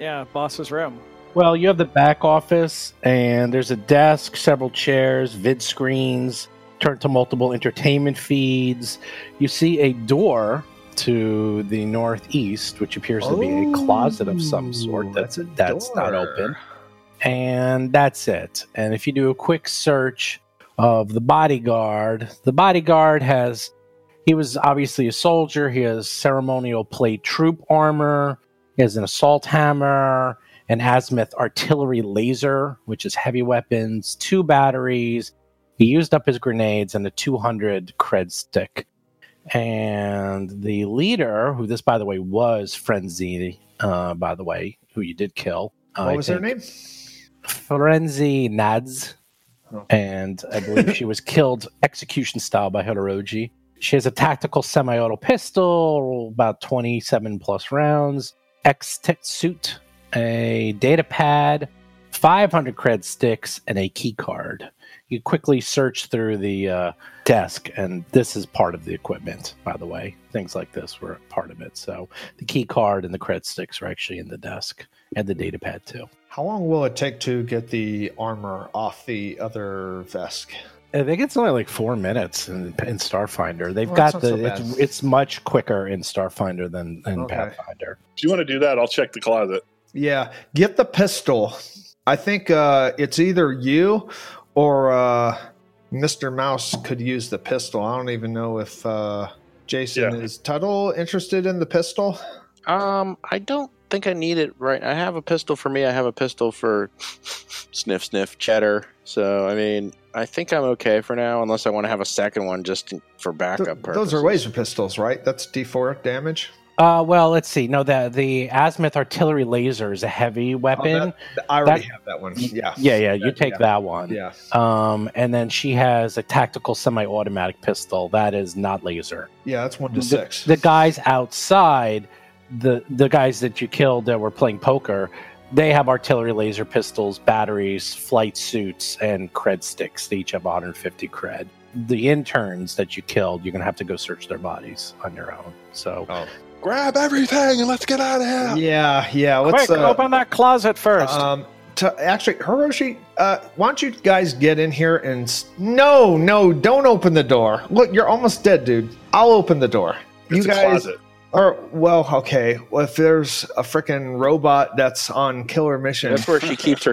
Yeah, boss's room.
Well, you have the back office, and there's a desk, several chairs, vid screens, turned to multiple entertainment feeds. You see a door to the northeast, which appears to be a closet of some sort
Oh,
that's,
a
that's not
door.
open. And that's it. And if you do a quick search of the bodyguard, the bodyguard has, he was obviously a soldier. He has ceremonial plate troop armor, he has an assault hammer, an azimuth artillery laser, which is heavy weapons, two batteries. He used up his grenades and a 200 cred stick. And the leader, who this, by the way, was Frenzy, uh, by the way, who you did kill. uh,
What
I
was
think.
their name?
Frenzy Nads,
Oh.
and I believe she was killed execution style by Hodoroji. She has a tactical semi-auto pistol, about 27 plus rounds, X tech suit, a data pad, 500 cred sticks, and a key card. You quickly search through the uh, desk, and this is part of the equipment, by the way. Things like this were part of it. So the key card and the cred sticks are actually in the desk, and the data pad too.
How long will it take to get the armor off the other vest?
I think it's only like four minutes in, in Starfinder. They've
Well, that's
got
not
the
so
it's,
bad.
it's much quicker in Starfinder than in
Okay.
Pathfinder.
If you want to do that, I'll check the closet.
Yeah, get the pistol. I think uh, it's either you or uh, Mr. Mouse could use the pistol. I don't even know if uh, Jason
Yeah.
is Tuttle interested in the pistol.
Um, I don't think I need it right. I have a pistol for me. I have a pistol for (laughs) sniff, sniff, cheddar. So I mean, I think I'm okay for now, unless I want to have a second one just to- for backup
Th-
purposes.
those are laser pistols, right? That's D4 damage.
Uh, well, let's see. No, the the azimuth artillery laser is a heavy weapon.
I already
That-
have that one. Yeah.
yeah, yeah. You take
Oh, yeah.
that one.
Yeah.
Um, and then she has a tactical semi-automatic pistol that is not laser.
Yeah, that's one to six.
The guys outside, the the guys that you killed that were playing poker, they have artillery laser pistols, batteries, flight suits, and cred sticks. They each have 150 cred. The interns that you killed, you're gonna have to go search their bodies on your own. So
Grab everything and let's get out of here.
Oh. yeah, yeah. Let's
Quick,
uh,
open that closet first.
Um, to, actually, Hiroshi, uh, why don't you guys get in here and s- no, no, don't open the door. Look, you're almost dead, dude. I'll open the door.
It's
you
a
guys
closet.
are well, okay. Well, if there's a freaking robot that's on killer mission,
That's where she keps her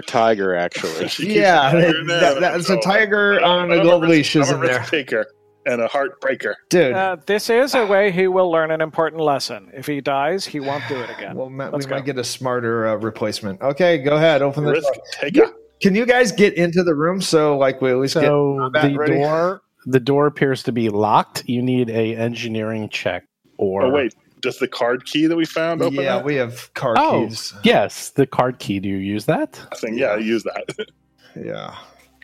(laughs)
tiger, actually.
She keeps
yeah,
the tiger
that,
in there,
that,
and I'm
that's a
so-
tiger on
I'm
a gold
risk-
leash,
I'm a
isn't there,
risk Taker and a heartbreaker.
dude?
Uh, this is a way he will learn an important lesson. If he dies, he won't do it again.
well, Matt, we
let's go.
might get a smarter uh, replacement. Okay, go ahead, open the
Risk
door.
taker.
Can you guys get into the room so, like, we at least get
so
combat
the
ready?
door the door appears to be locked. You need a engineering check or
Oh wait, does the card key that we found open
Yeah,
that
we have car
Oh.
keys.
Yes, the card key. Do you use that?
thing? Yeah, use that.
Yeah.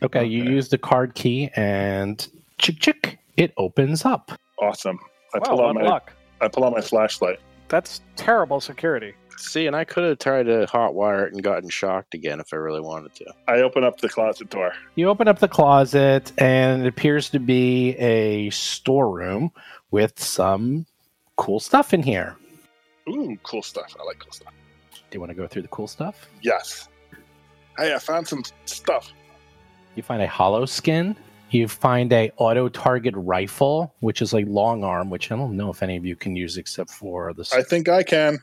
Okay, you
Okay.
use the card key and chick chick, it opens up.
awesome. I
wow,
pull out
what
my
luck.
I pull out my flashlight.
That's terrible security.
See, and I could have tried to hotwire it and gotten shocked again if I really wanted to.
I open up the closet door.
You open up the closet and it appears to be a storeroom with some cool stuff in here.
Ooh, cool stuff. I like cool stuff.
Do you want to go through the cool stuff?
Yes. Hey, I found some stuff.
You find a hollow skin. You find a auto target rifle, which is a long arm, which I don't know if any of you can use except for the. s-
I think I can.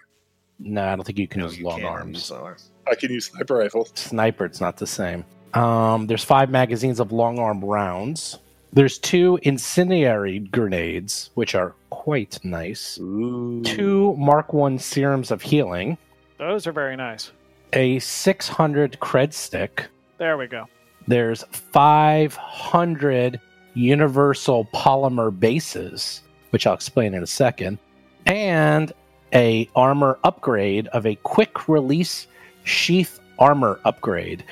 no, I don't think you can use
you
long
can't
arms.
use long arms.
I can use sniper rifles.
sniper it's not the same um, there's five magazines of long arm rounds there's two incendiary grenades which are quite nice
Ooh.
two mark one serums of healing
Those are very nice.
a 600 cred stick
There we go.
there's 500 universal polymer bases which i'll explain in a second and a armor upgrade of a quick release sheath armor upgrade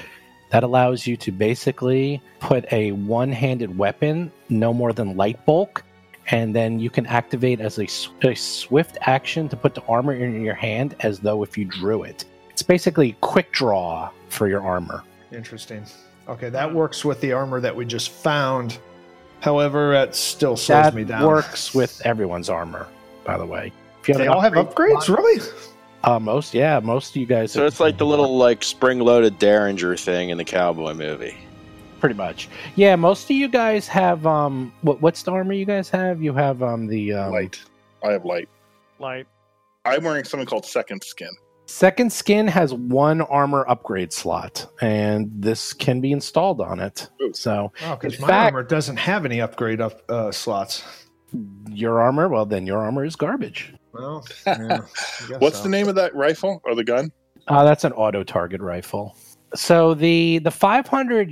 that allows you to basically put a one-handed weapon no more than light bulk and then you can activate as a, s- a swift action to put the armor in your hand as though if you drew it It's basically quick draw for your armor.
Interesting. Okay, that works with the armor that we just found. However, it still slows
that
me down.
works with everyone's armor, by the way. If you
They
an
all have
upgrade
upgrades, really?
Uh, most, yeah, most of you guys.
So it's like the little like spring-loaded Derringer thing in the cowboy movie.
pretty much. Yeah, most of you guys have um. What, what's the armor you guys have? You have um the um,
light. I have light.
Like,
I'm wearing something called second skin.
second skin has one armor upgrade slot, and this can be installed on it.
Ooh.
So
Oh, because
In
my
fact-
armor doesn't have any upgrade up uh, slots.
your armor, well, then your armor is garbage.
Well, (laughs) yeah, I guess
What's
so.
the name of that rifle or the gun?
Uh, that's an auto target rifle. So the the 500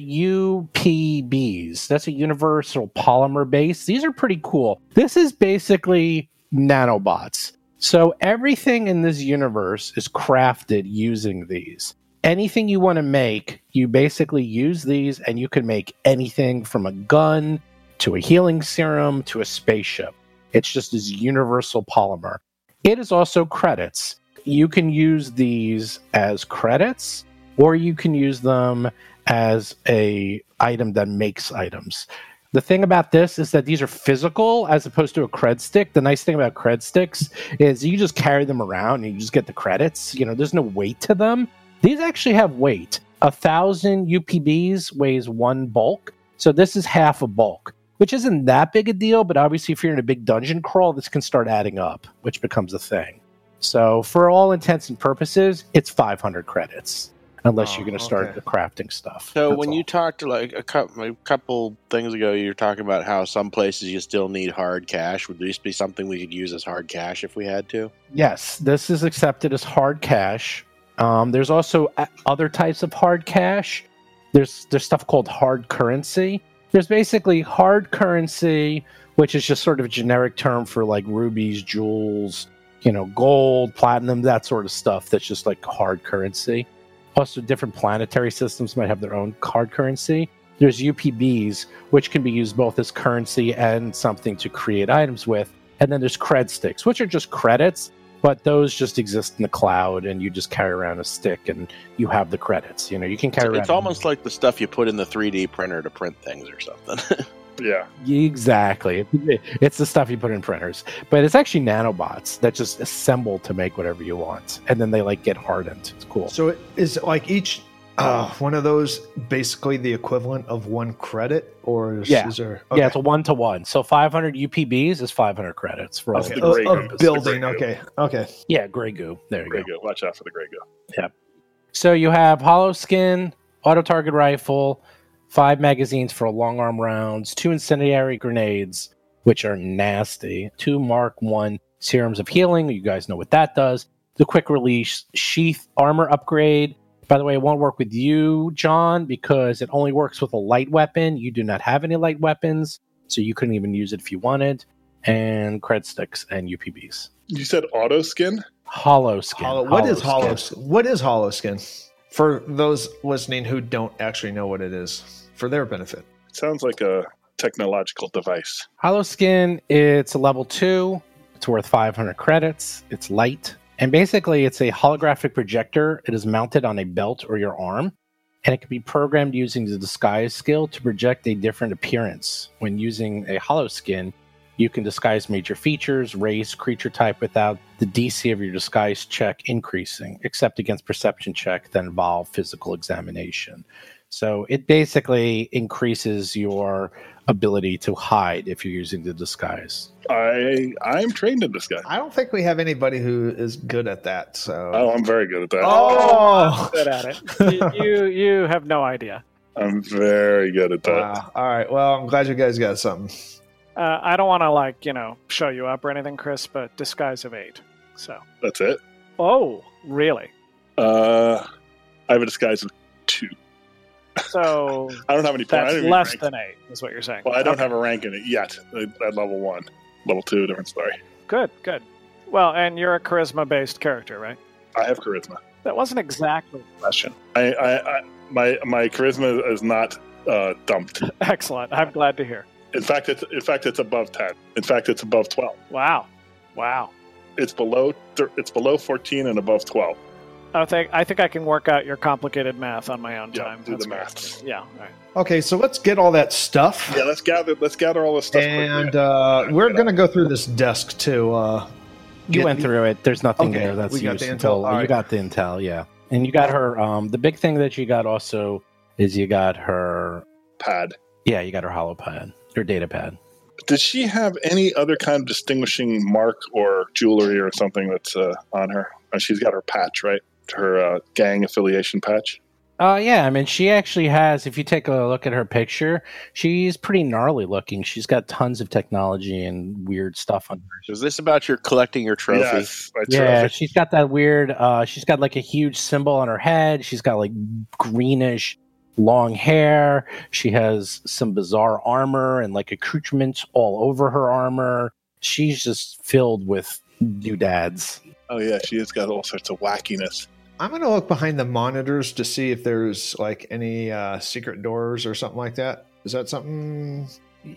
UPBs, that's a universal polymer base. These are pretty cool. This is basically nanobots. So everything in this universe is crafted using these. Anything you want to make, you basically use these and you can make anything from a gun to a healing serum to a spaceship. It's just this universal polymer. It is also credits you can use these as credits or you can use them as a item that makes items the thing about this is that these are physical as opposed to a cred stick the nice thing about cred sticks is you just carry them around and you just get the credits you know there's no weight to them these actually have weight a thousand upbs weighs one bulk so this is half a bulk which isn't that big a deal but obviously if you're in a big dungeon crawl this can start adding up which becomes a thing so, for all intents and purposes, it's 500 credits, unless
Oh,
you're going to start
okay.
the crafting stuff.
So
That's
when
all.
you talked like a couple, a couple things ago, you were talking about how some places you still need hard cash. Would this be something we could use as hard cash if we had to?
yes, this is accepted as hard cash. Um, there's also a- other types of hard cash. There's there's stuff called hard currency. There's basically hard currency, which is just sort of a generic term for like rubies, jewels, you know, gold, platinum, that sort of stuff. That's just like hard currency. Also, different planetary systems might have their own hard currency. There's UPBs, which can be used both as currency and something to create items with. And then there's cred sticks, which are just credits, but those just exist in the cloud, and you just carry around a stick and you have the credits. You know, you can carry around.
it's almost like the stuff you put in the 3D printer to print things or something. (laughs)
Yeah.
Exactly. It's the stuff you put in printers, but it's actually nanobots that just assemble to make whatever you want, and then they like get hardened. It's cool.
So it, is it like each uh, one of those basically the equivalent of one credit, or is,
Yeah.
is there?
Yeah, it's a one to one. So 500 UPBs is 500 credits for all.
okay.
of
the
them.
of-
Grey
of
Goose, the
building.
Grey Goose.
Okay, okay.
Yeah, Grey Goo. There you
Grey
go.
Goat. Watch out for the Grey Goat.
So you have hollow skin, auto target rifle, five magazines for long arm rounds, two incendiary grenades, which are nasty, two Mark One serums of healing. You guys know what that does. The quick release sheath armor upgrade. By the way, it won't work with you, John, because it only works with a light weapon. You do not have any light weapons, so you couldn't even use it if you wanted. And cred sticks and UPBs.
You said auto skin?
Hollow skin.
Hollow, what is
skin.
hollow? s- What is hollow skin? For those listening who don't actually know what it is, for their benefit.
It sounds like a technological device.
Hollow Skin, it's a level two. It's worth 500 credits. It's light. And basically, it's a holographic projector. It is mounted on a belt or your arm, and it can be programmed using the disguise skill to project a different appearance. When using a hollow skin, you can disguise major features, race, creature type without the DC of your disguise check increasing, except against perception check that involve physical examination. So it basically increases your ability to hide if you're using the disguise.
I I'm trained in this guy.
I don't think we have anybody who is good at that. So.
Oh, I'm very good at that.
Oh!
good at it. (laughs) you, you you have no idea.
I'm very good at that.
Wow. All right. Well, I'm glad you guys got something.
Uh, I don't want to like you know show you up or anything, Chris, but disguise of eight. So
That's it.
oh really?
Uh, I have a disguise of two. (laughs)
So
I don't have any points. I
that's
don't even
less
rank-
than eight is what you're saying.
Well, I don't
Okay.
have a rank in it yet. At at level one, level two, different story.
Good, good. Well, and you're a charisma based character, right?
I have charisma.
That wasn't exactly the question. (laughs)
I, I, I my my charisma is not uh, dumped.
Excellent. I'm glad to hear.
In fact, it's in fact it's above ten. In fact, it's above twelve.
Wow. Wow.
It's below thir- it's below fourteen and above twelve.
I think I think I can work out your complicated math on my own
Yeah,
time.
do the
great.
math.
Yeah. All right.
Okay, so let's get all that stuff.
Yeah, let's gather. Let's gather all this stuff.
and
quickly.
uh, we're going to go through this desk too. Uh,
You went through it. There's nothing
Okay,
there that's
we got the
useful.
intel. All
You
right.
got the intel, yeah. And you got her. Um, the big thing that you got also is you got her.
pad.
Yeah, you got her hollow pad, her data pad.
Did she have any other kind of distinguishing mark or jewelry or something that's uh, on her? Uh, she's got her patch, right? Her uh, gang affiliation patch.
Uh, yeah, I mean, she actually has. If you take a look at her picture, she's pretty gnarly looking. She's got tons of technology and weird stuff on her.
Is this about your collecting your trophies?
Yes, my
Yeah,
trophy.
she's got that weird. Uh, she's got like a huge symbol on her head. She's got like greenish long hair. She has some bizarre armor and like accoutrements all over her armor. She's just filled with doodads.
Oh yeah, she has got all sorts of wackiness.
I'm going to look behind the monitors to see if there's like any uh, secret doors or something like that. Is that something?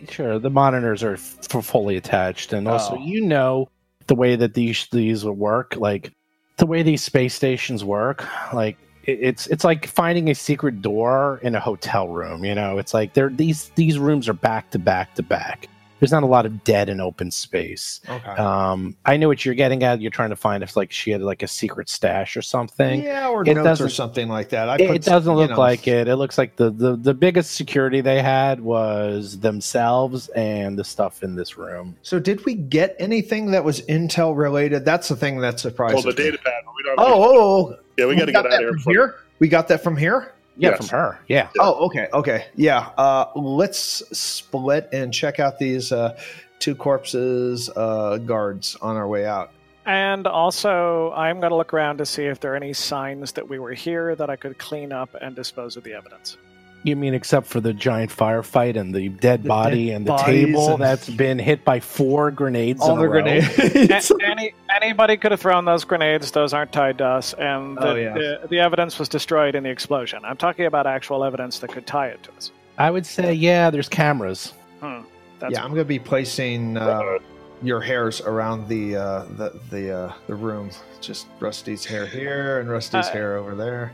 Sure, the monitors are f- fully attached, and also
Oh.
you know the way that these these will work, like the way these space stations work, like it- it's it's like finding a secret door in a hotel room. You know, it's like they're these these rooms are back to back to back. There's not a lot of dead and open space.
Okay.
Um, I know what you're getting at. You're trying to find if like she had like a secret stash or something.
yeah, or
it
notes
doesn't-
or something like that. I
It,
put
it doesn't
you
look
know,
like it. It looks like the, the, the biggest security they had was themselves and the stuff in this room.
So did we get anything that was Intel related? That's the thing that surprised
Well, the
us.
data pad. We don't.
Oh, oh, oh.
yeah, we got to get
got
out of
that
here.
from
before-
here. We got that from here.
Yeah,
Yes.
from her. Yeah.
Yeah.
Oh, okay, okay, yeah. Uh, let's split and check out these uh, two corpses uh, guards on our way out.
And also, I'm going to look around to see if there are any signs that we were here that I could clean up and dispose of the evidence.
(laughs)
You mean except for the giant firefight and the dead
The
body
dead
and the
bodies
table
and-
that's been hit by four grenades.
All
in a
the
row.
(laughs)
A-
grenades.
any, anybody could have thrown those grenades. Those aren't tied to us. And the,
Oh, yeah.
the, the evidence was destroyed in the explosion. I'm talking about actual evidence that could tie it to us.
I would say, yeah, there's cameras.
Hmm. That's
yeah, I'm gonna be placing
Oh.
uh, your hairs around the uh, the the, uh, the room. Just Rusty's hair here and Rusty's
Uh,
hair over there.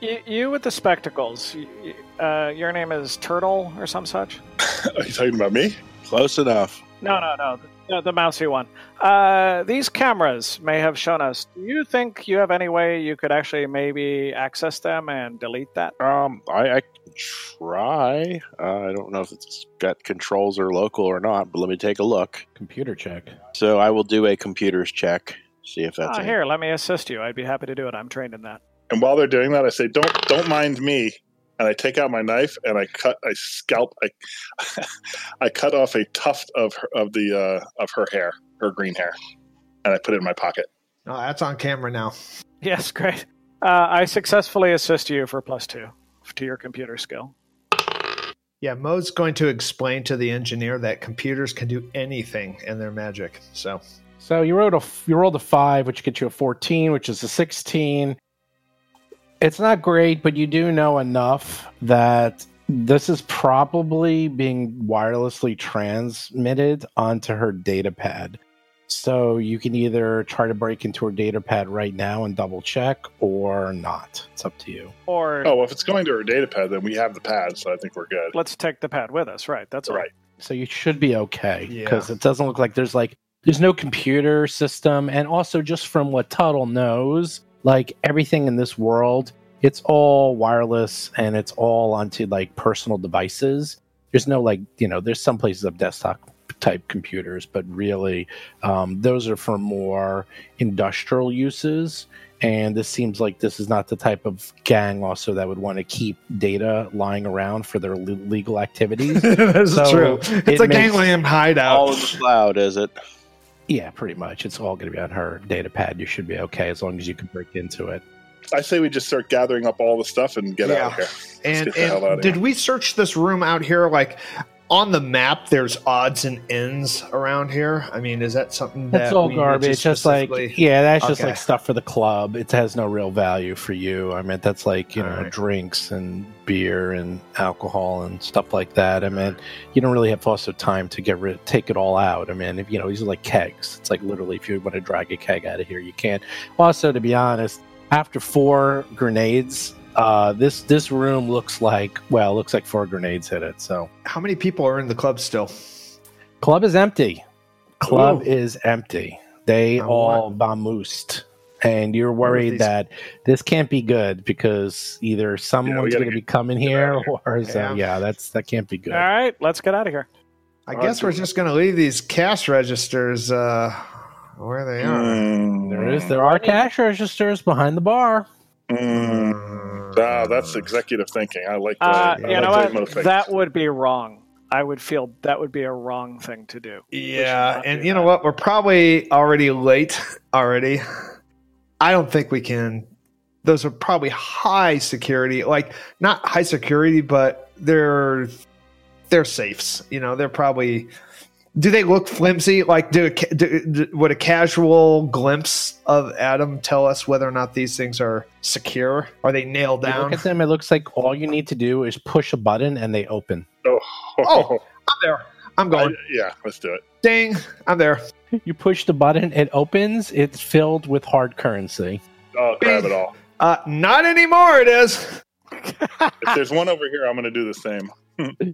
You, you with the spectacles. You, you- uh, your name is Turtle or some such.
Uh, Are you talking about me?
Close enough.
No, no, no, the, the mousy one. Uh, these cameras may have shown us. Do you think you have any way you could actually maybe access them and delete that?
Um, I, I can try. Uh, I don't know if it's got controls or local or not, but let me take a look.
Computer check.
So I will do a computer's check, see if that's
Ah,
any-
here, let me assist you. I'd be happy to do it. I'm trained in that. (laughs)
And while they're doing that, I say, "Don't don't mind me." And I take out my knife and I cut, I scalp, I, (laughs) I cut off a tuft of her, of the uh, of her hair, her green hair, and I put it in my pocket.
Oh, that's on camera now.
Yes, great. Uh, I successfully assist you for plus two to your computer skill.
Yeah, Mo's going to explain to the engineer that computers can do anything and they're magic. So (laughs)
So you rolled a f- you rolled a five, which gets you a fourteen, which is a sixteen. It's not great, but you do know enough that this is probably being wirelessly transmitted onto her data pad. So you can either try to break into her data pad right now and double check or not. It's up to you.
Or
Oh, well, if it's going to her data pad, then we have the pad, so I think we're good.
let's take the pad with us. Right. That's all.
Right.
So you should be okay
Yeah.
because it doesn't look like there's like there's no computer system, and also just from what Tuttle knows, like everything in this world, it's all wireless and it's all onto like personal devices. There's no like you know there's some places of desktop type computers, but really um, those are for more industrial uses. And this seems like this is not the type of gang also that would want to keep data lying around for their le- legal activities.
that's
So,
true.
it
It's a
makes-
gangland hideout.
All in the cloud, is it?
Yeah, pretty much. It's all going to be on her data pad. You should be okay as long as you can break into it.
I say we just start gathering up all the stuff and get out of
Yeah.
here.
and
get the hell out
and
of
did
here.
we search this room out here? Like on the map, there's odds and ends around here. I mean, is that something
That's
that
all
we need to
garbage. It's just like
specifically-
yeah, that's just
Okay.
like stuff for the club. It has no real value for you. I mean, that's like you know
Alright.
drinks and beer and alcohol and stuff like that. I mean, you don't really have also time to get rid, take it all out. I mean, if you know these are like kegs. It's like literally if you want to drag a keg out of here, you can't. Also, to be honest. after four grenades, uh, this this room looks like well, looks like four grenades hit it. So
How many people are in the club still?
club is empty. Club is empty. They
I
all vamoosed, and you're worried
these-
that this can't be good because either someone's
gotta
going to be coming here, (laughs) or so,
Yeah. Ah.
yeah, that's that can't be good.
All right, let's get out of here.
I
Uh,
guess we're just going to leave these cash registers uh, where they are.
Mm. There is there are cash registers behind the bar.
Mm. Ah, that's executive thinking. I like
Uh,
that. I
you know
like
what?
(laughs) motivations.
That would be wrong. I would feel that would be a wrong thing to do.
Yeah,
not
and
do
you know
that.
what? We're probably already late (laughs) already. I don't think we can. Those are probably high security, like not high security, but they're they're safes. You know, they're probably. Do they look flimsy? Like, do, a- do, do would a casual glimpse of Adam tell us whether or not these things are secure? Are they nailed
You
down?
look at them. It looks like all you need to do is push a button and they open.
Oh, I'm there. I'm
I-
going.
yeah, let's do it.
Ding! I'm there.
You push the button, it opens. It's filled with hard currency.
I'll Oh, grab it all.
Uh, not anymore. It is.
Ah.
If there's one over here, I'm going to do the same.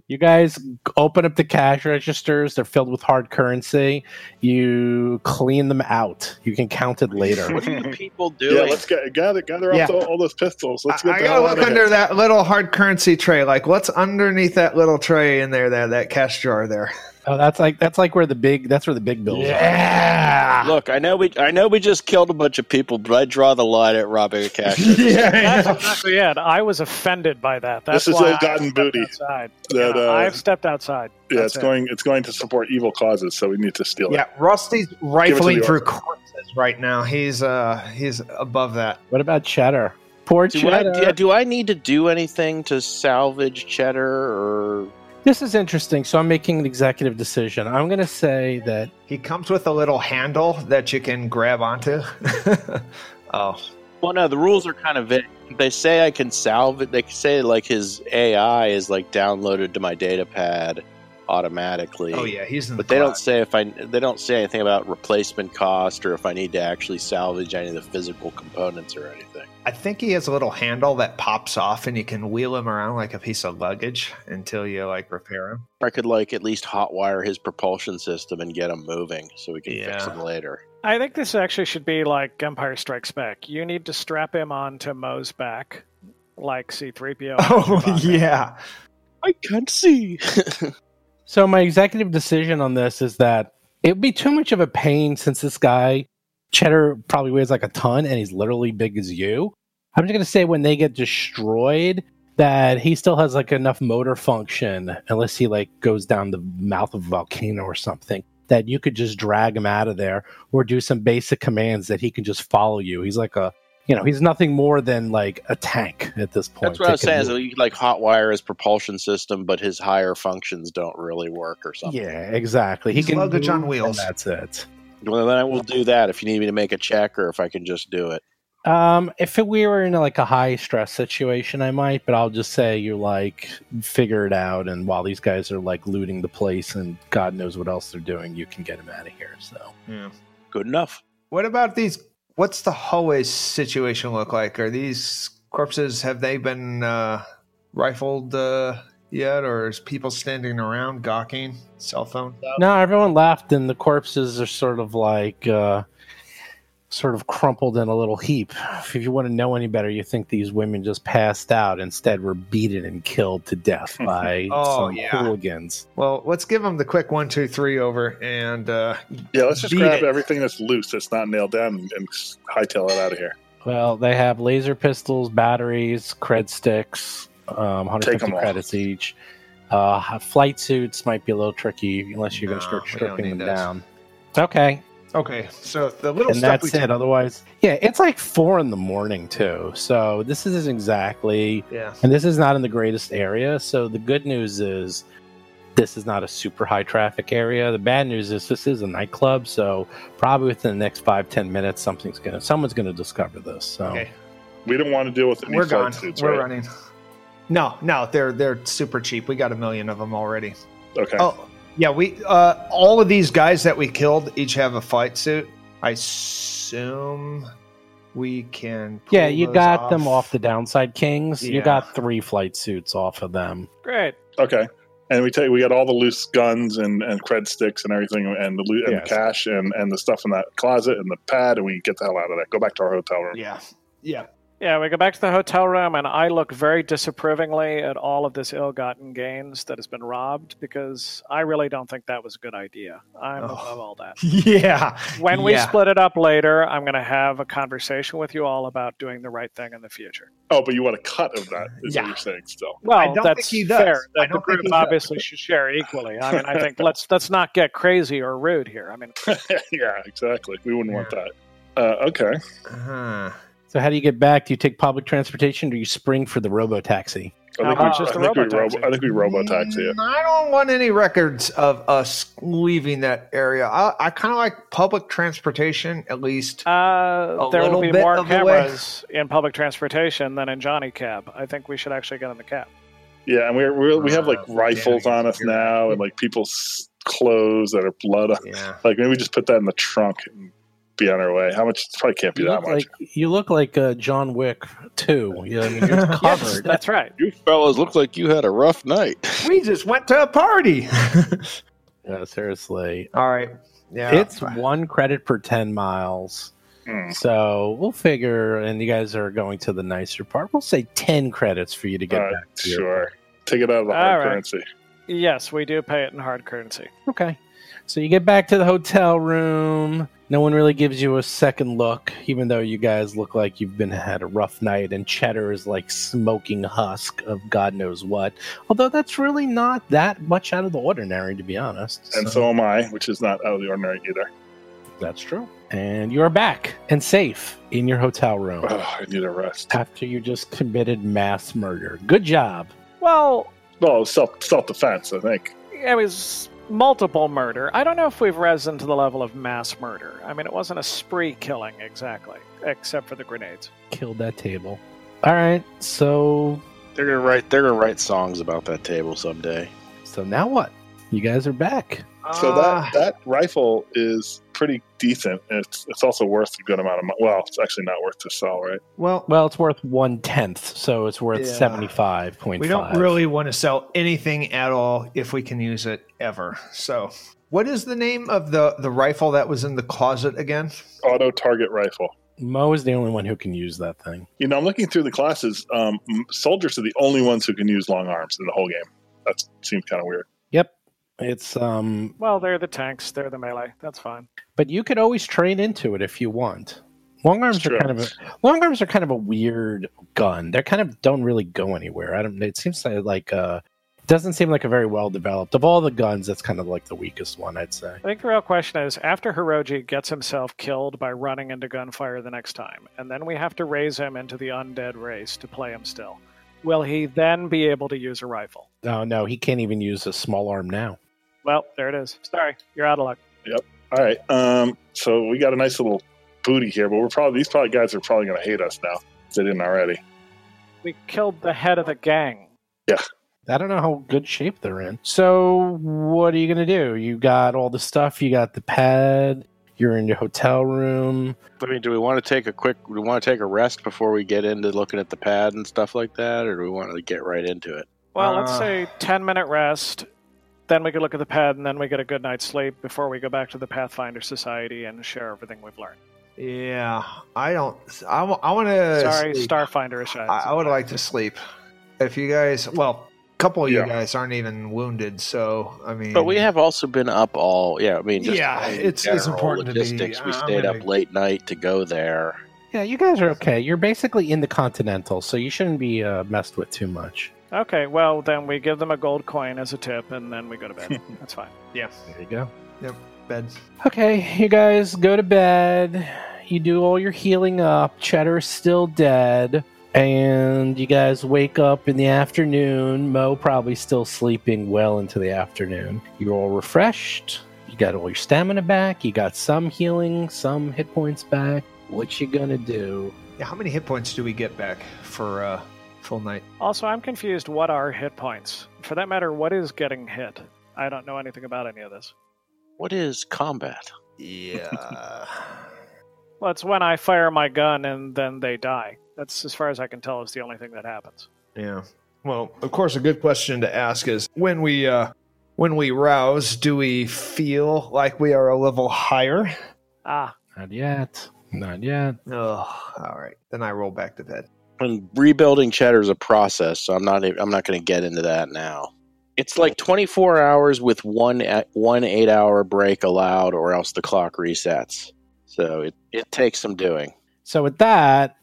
You guys open up the cash registers. They're filled with hard currency. You clean them out. You can count it later.
(laughs) What are you people doing?
Yeah, let's get, gather gather up
Yeah.
all, all those pistols. Let's get
I, I
the
gotta
hell out
look
of here.
under that little hard currency tray. Like, what's underneath that little tray in there? That that cash jar there.
oh, that's like that's like where the big that's where the big bills
Yeah.
(laughs) Look, I know we I know we just killed a bunch of people, but I draw the line at robbing
(laughs)
a cash. register.
yeah.
(laughs) That's exactly it. I was offended by that. That's
This is
why
ill
I
gotten
stepped
booty.
outside.
That,
Yeah,
uh,
I've stepped outside.
Yeah,
That's
it's
it.
going it's going to support evil causes, so we need to steal
Yeah. Rusty's
Give
rifling
it to the
through corpses right now. He's uh he's above that.
What about cheddar? Poor
Do I,
cheddar.
yeah, do I need to do anything to salvage cheddar or
This is interesting. So I'm making an executive decision. I'm going to say that
He comes with a little handle that you can grab onto. (laughs) oh.
Well, no, the rules are kind of vague. They say I can salvage. They say like his AI is like downloaded to my data pad automatically.
Oh yeah, he's in the
But they
cloud.
don't say if I. They don't say anything about replacement cost or if I need to actually salvage any of the physical components or anything.
I think he has a little handle that pops off and you can wheel him around like a piece of luggage until you like repair him.
I could like at least hotwire his propulsion system and get him moving so we can fix
Yeah.
him later.
I think this actually should be like Empire Strikes Back. You need to strap him on to Moe's back, like
(laughs)
C3PO.
(laughs)
Oh,
on Chewbacca.
Oh, yeah.
I can't see.
So my executive decision on this is that it would be too much of a pain since this guy Cheddar probably weighs like a ton and he's literally big as you. I'm just gonna say when they get destroyed that he still has like enough motor function unless he like goes down the mouth of a volcano or something that you could just drag him out of there or do some basic commands that he can just follow you. He's like a you know, he's nothing more than like a tank at this point.
That's what I was
They can
saying. Is
move-
that you could like hotwire his propulsion system, but his higher functions don't really work or something.
yeah, exactly. He
He's
can
luggage on
move, and
wheels.
That's it.
Well, then I will do that if you need me to make a check or if I can just do it.
Um, if it- we were in like a high stress situation, I might, but I'll just say you like figure it out. And while these guys are like looting the place and God knows what else they're doing, you can get them out of here. So
Yeah.
Good enough.
What about these? What's the hallway situation look like? Are these corpses? Have they been uh, rifled uh, yet, or is people standing around gawking? Cell phone?
no, everyone left, and the corpses are sort of like uh, sort of crumpled in a little heap. If you want to know any better, you think these women just passed out. Instead, were beaten and killed to
(laughs)
death by
Oh,
some
yeah.
hooligans.
Well, let's give them the quick one, two, three over, and uh,
Yeah, let's just
Beat
grab
it.
everything that's loose, that's not nailed down, and, and hightail it out of here.
Well, they have laser pistols, batteries, cred sticks, um,
Take
150
them all.
credits each. Uh, flight suits might be a little tricky unless you're going
No,
to start
we don't
stripping them
need those.
down. Okay,
okay, so the little
and
stuff
that's
we
it. Otherwise, yeah, it's like four in the morning too. So this isn't exactly,
Yeah,
and this is not in the greatest area. So the good news is this is not a super high traffic area. The bad news is this is a nightclub. So probably within the next five ten minutes, something's gonna someone's gonna discover this. So.
okay,
We don't want to deal with any
we're
flight
gone.
suits,
We're
right?
running. No, no, they're they're super cheap. We got a million of them already.
Okay.
Oh, yeah. We uh, all of these guys that we killed each have a flight suit. I assume we can.
Yeah,
pull
you
those
got them off the downside kings. You
Yeah.
got three flight suits off of them.
Great.
Okay. And we take we got all the loose guns and, and cred sticks and everything and the loo- and
Yes.
the cash and, and the stuff in that closet and the pad and we get the hell out of that. Go back to our hotel room.
Yeah, yeah. (laughs)
Yeah, we go back to the hotel room, and I look very disapprovingly at all of this ill-gotten gains that has been robbed because I really don't think that was a good idea. I'm
Oh.
above all that.
Yeah.
When we
Yeah.
split it up later, I'm going to have a conversation with you all about doing the right thing in the future.
Oh, but you want a cut of that, is
Yeah.
what you're saying still. (laughs)
Well,
don't think
that's
he does. I
fair. That the
don't think
group
he does.
obviously should share equally. I mean,
(laughs)
I think let's let's not get crazy or rude here. I mean,
yeah, exactly. We wouldn't want that. Uh, okay.
Uh-huh.
So how do you get back? Do you take public transportation? Or do you spring for the robo taxi?
Uh-huh.
I
How
think, we,
much is
I,
the
think we
robotaxi?
robo, I think we robo taxi it.
Mm, I don't want any records of us leaving that area. I, I kind of like public transportation, at least.
uh,
A
there will
little
be
bit
more
of the way.
cameras in public transportation than in Johnny Cab. I think we should actually get in the cab.
Yeah, and we're, we're we have like
Mm-hmm. Uh,
rifles
yeah,
on us
you're
now and like people's clothes that are blood. on-
yeah.
Like maybe we just put that in the trunk and be on our way. How much? Probably can't be
You
that
look
much.
like you look like uh, John Wick too. You know, I mean, (laughs) you're (laughs) covered.
That's right.
You fellas look like you had a rough night. (laughs)
We just went to
(laughs)
a party.
Yeah, seriously,
All right. Yeah.
it's one credit per ten miles.
Hmm.
So we'll figure, and you guys are going to the nicer part. We'll say ten credits for you to get
All right,
back. To your-
Uh, sure. Take it out of the hard
All right.
currency.
Yes, we do pay it in hard currency.
Okay. So you get back to the hotel room. No one really gives you a second look, even though you guys look like you've been had a rough night and Cheddar is like smoking husk of God knows what. Although that's really not that much out of the ordinary, to be honest.
And so am I, which is not out of the ordinary either.
that's true. And you are back and safe in your hotel room
Oh, I need a rest.
after you just committed mass murder. Good job.
Well,
Well, self self defense, I think.
it was multiple murder. I don't know if we've risen to the level of mass murder. I mean, it wasn't a spree killing exactly, except for the grenades.
Killed that table. All right. So
They're gonna write. They're gonna write songs about that table someday.
so now what? You guys are back.
So
Uh,
Ah.
that that rifle is pretty decent. It's it's also worth a good amount of money. Well, it's actually not worth to sell, right?
well,
Well, it's worth one tenth, so it's worth
Yeah.
seventy five point
we
five.
don't really want to sell anything at all if we can use it ever. So, what is the name of the the rifle that was in the closet again?
Auto target rifle.
Mo is the only one who can use that thing.
You know, I'm looking through the classes. Um, m- soldiers are the only ones who can use long arms in the whole game. That seems kind of weird.
Yep, it's um.
Well, they're the tanks, they're the melee. That's fine.
But you could always train into it if you want. Long arms
It's
are
true.
kind of a, long arms are kind of a weird gun. They kind of don't really go anywhere. I don't. It seems like- like uh, it doesn't seem like a very well developed of all the guns. That's kind of like the weakest one, I'd say.
I think the real question is after Hiroji gets himself killed by running into gunfire the next time, and then we have to raise him into the undead race to play him still, will he then be able to use a rifle?
Oh no, he can't even use a small arm now.
Well, there it is. Sorry, you're out of luck.
All right. Um, so we got a nice little booty here, but we're probably these probably guys are probably going to hate us now. If they didn't already.
We killed the head of the gang.
I don't know how good shape they're in. So, what are you going to do? You got all the stuff, you got the pad, you're in your hotel room.
I mean, do we want to take a quick? Do we want to take a rest before we get into looking at the pad and stuff like that, or do we want to get right into it?
Well, let's
Uh.
say 10 minute rest. Then we could look at the pad and then we get a good night's sleep before we go back to the Pathfinder Society and share everything we've learned.
Yeah, I don't. I, wa- I want to.
Sorry, Starfinder is
I, I would like to sleep. If you guys, well, a couple of
Yeah.
you guys aren't even wounded, so I mean,
But we have also been up all. Yeah, I mean, just
Yeah,
in
it's- it's
general
important to be-
logistics. we
I'm
stayed
gonna-
up late night to go there.
Yeah, you guys are okay. You're basically in the Continental, so you shouldn't be uh, messed with too much.
Okay, well, then we give them a gold coin as a tip and then we go to bed. That's fine.
yeah,
There you go.
bed.
Okay, you guys go to bed. You do all your healing up. Cheddar's still dead. And you guys wake up in the afternoon. Mo probably still sleeping well into the afternoon. You're all refreshed. You got all your stamina back. You got some healing, some hit points back. What you gonna do?
Yeah, how many hit points do we get back for uh, full night?
Also, I'm confused. What are hit points? For that matter, what is getting hit? I don't know anything about any of this.
What is combat?
Yeah,
Well, it's when I fire my gun and then they die. That's as far as I can tell. Is the only thing that happens.
Yeah. Well, of course, a good question to ask is when we uh, when we rouse, do we feel like we are a level higher?
Ah,
Not yet. Not yet.
Oh, all right. Then I roll back to bed.
And rebuilding cheddar is a process, so I'm not e- I'm not going to get into that now. It's like 24 hours with one a- one eight hour break allowed, or else the clock resets. So it, it takes some doing.
So with that,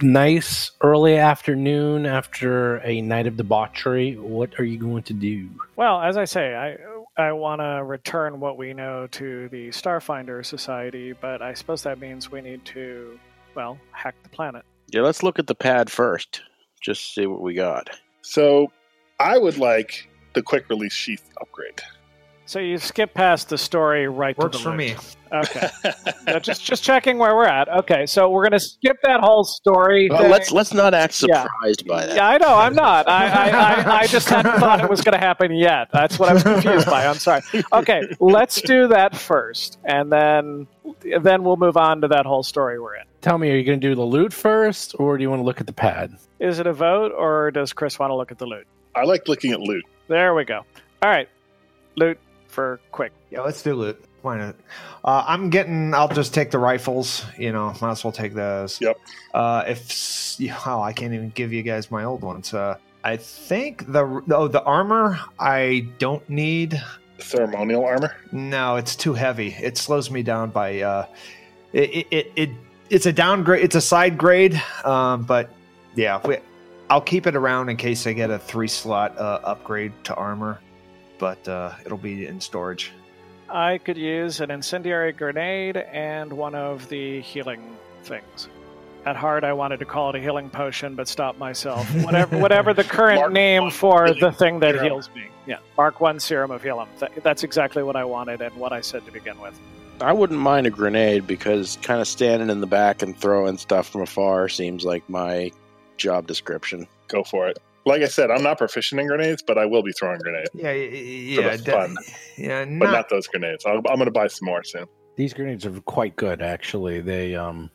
nice early afternoon after a night of debauchery. What are you going to do?
well, as I say, I I want to return what we know to the Starfinder Society, but I suppose that means we need to, well, hack the planet.
Yeah, let's look at the pad first. Just see what we
(laughs)
got.
So I would like the quick release sheath upgrade.
So you skip past the story right
Works
to the
for me.
loot. Okay. No, just just checking where we're at. Okay, so we're gonna skip that whole story.
Well,
thing.
let's let's not act
Yeah.
surprised by that.
Yeah, I know. I'm not. I, I, I, I just hadn't thought it was going to happen yet. That's what I was confused by. I'm sorry. Okay, let's do that first, and then then we'll move on to that whole story we're in.
Tell me, are you going to do the loot first, or do you want to look at the pad?
Is it a vote, or does Chris want to look at the loot?
I like looking at loot.
There we go. All right, loot for quick.
Yeah, let's do loot. Why not? Uh, I'm getting. I'll just take the rifles. You know, might as well take those.
Yep.
Uh, if s- oh, I can't even give you guys my old ones. Uh, I think the oh the armor I don't need.
Ceremonial armor.
No, it's too heavy. It slows me down by. Uh, it, it, it, it it's a downgrade. It's a side grade. Um, but yeah, we, I'll keep it around in case I get a three slot uh, upgrade to armor. But uh, it'll be in storage.
I could use an incendiary grenade and one of the healing things. At heart, I wanted to call it a healing potion, but stopped myself. Whatever, whatever the current
Mark
name
one
for
healing
the thing that
serum.
heals me. Yeah, Mark One Serum of Healing. Th- that's exactly what I wanted and what I said to begin with.
I wouldn't mind a grenade because kind of standing in the back and throwing stuff from afar seems like my job description.
Go for it. Like I said, I'm not proficient in grenades, but I will be throwing grenades,
Yeah, y- y- yeah,
For the
de-
fun.
yeah.
but
not-
not those grenades. I'll, I'm going to buy some more soon.
These grenades are quite good, actually. They um,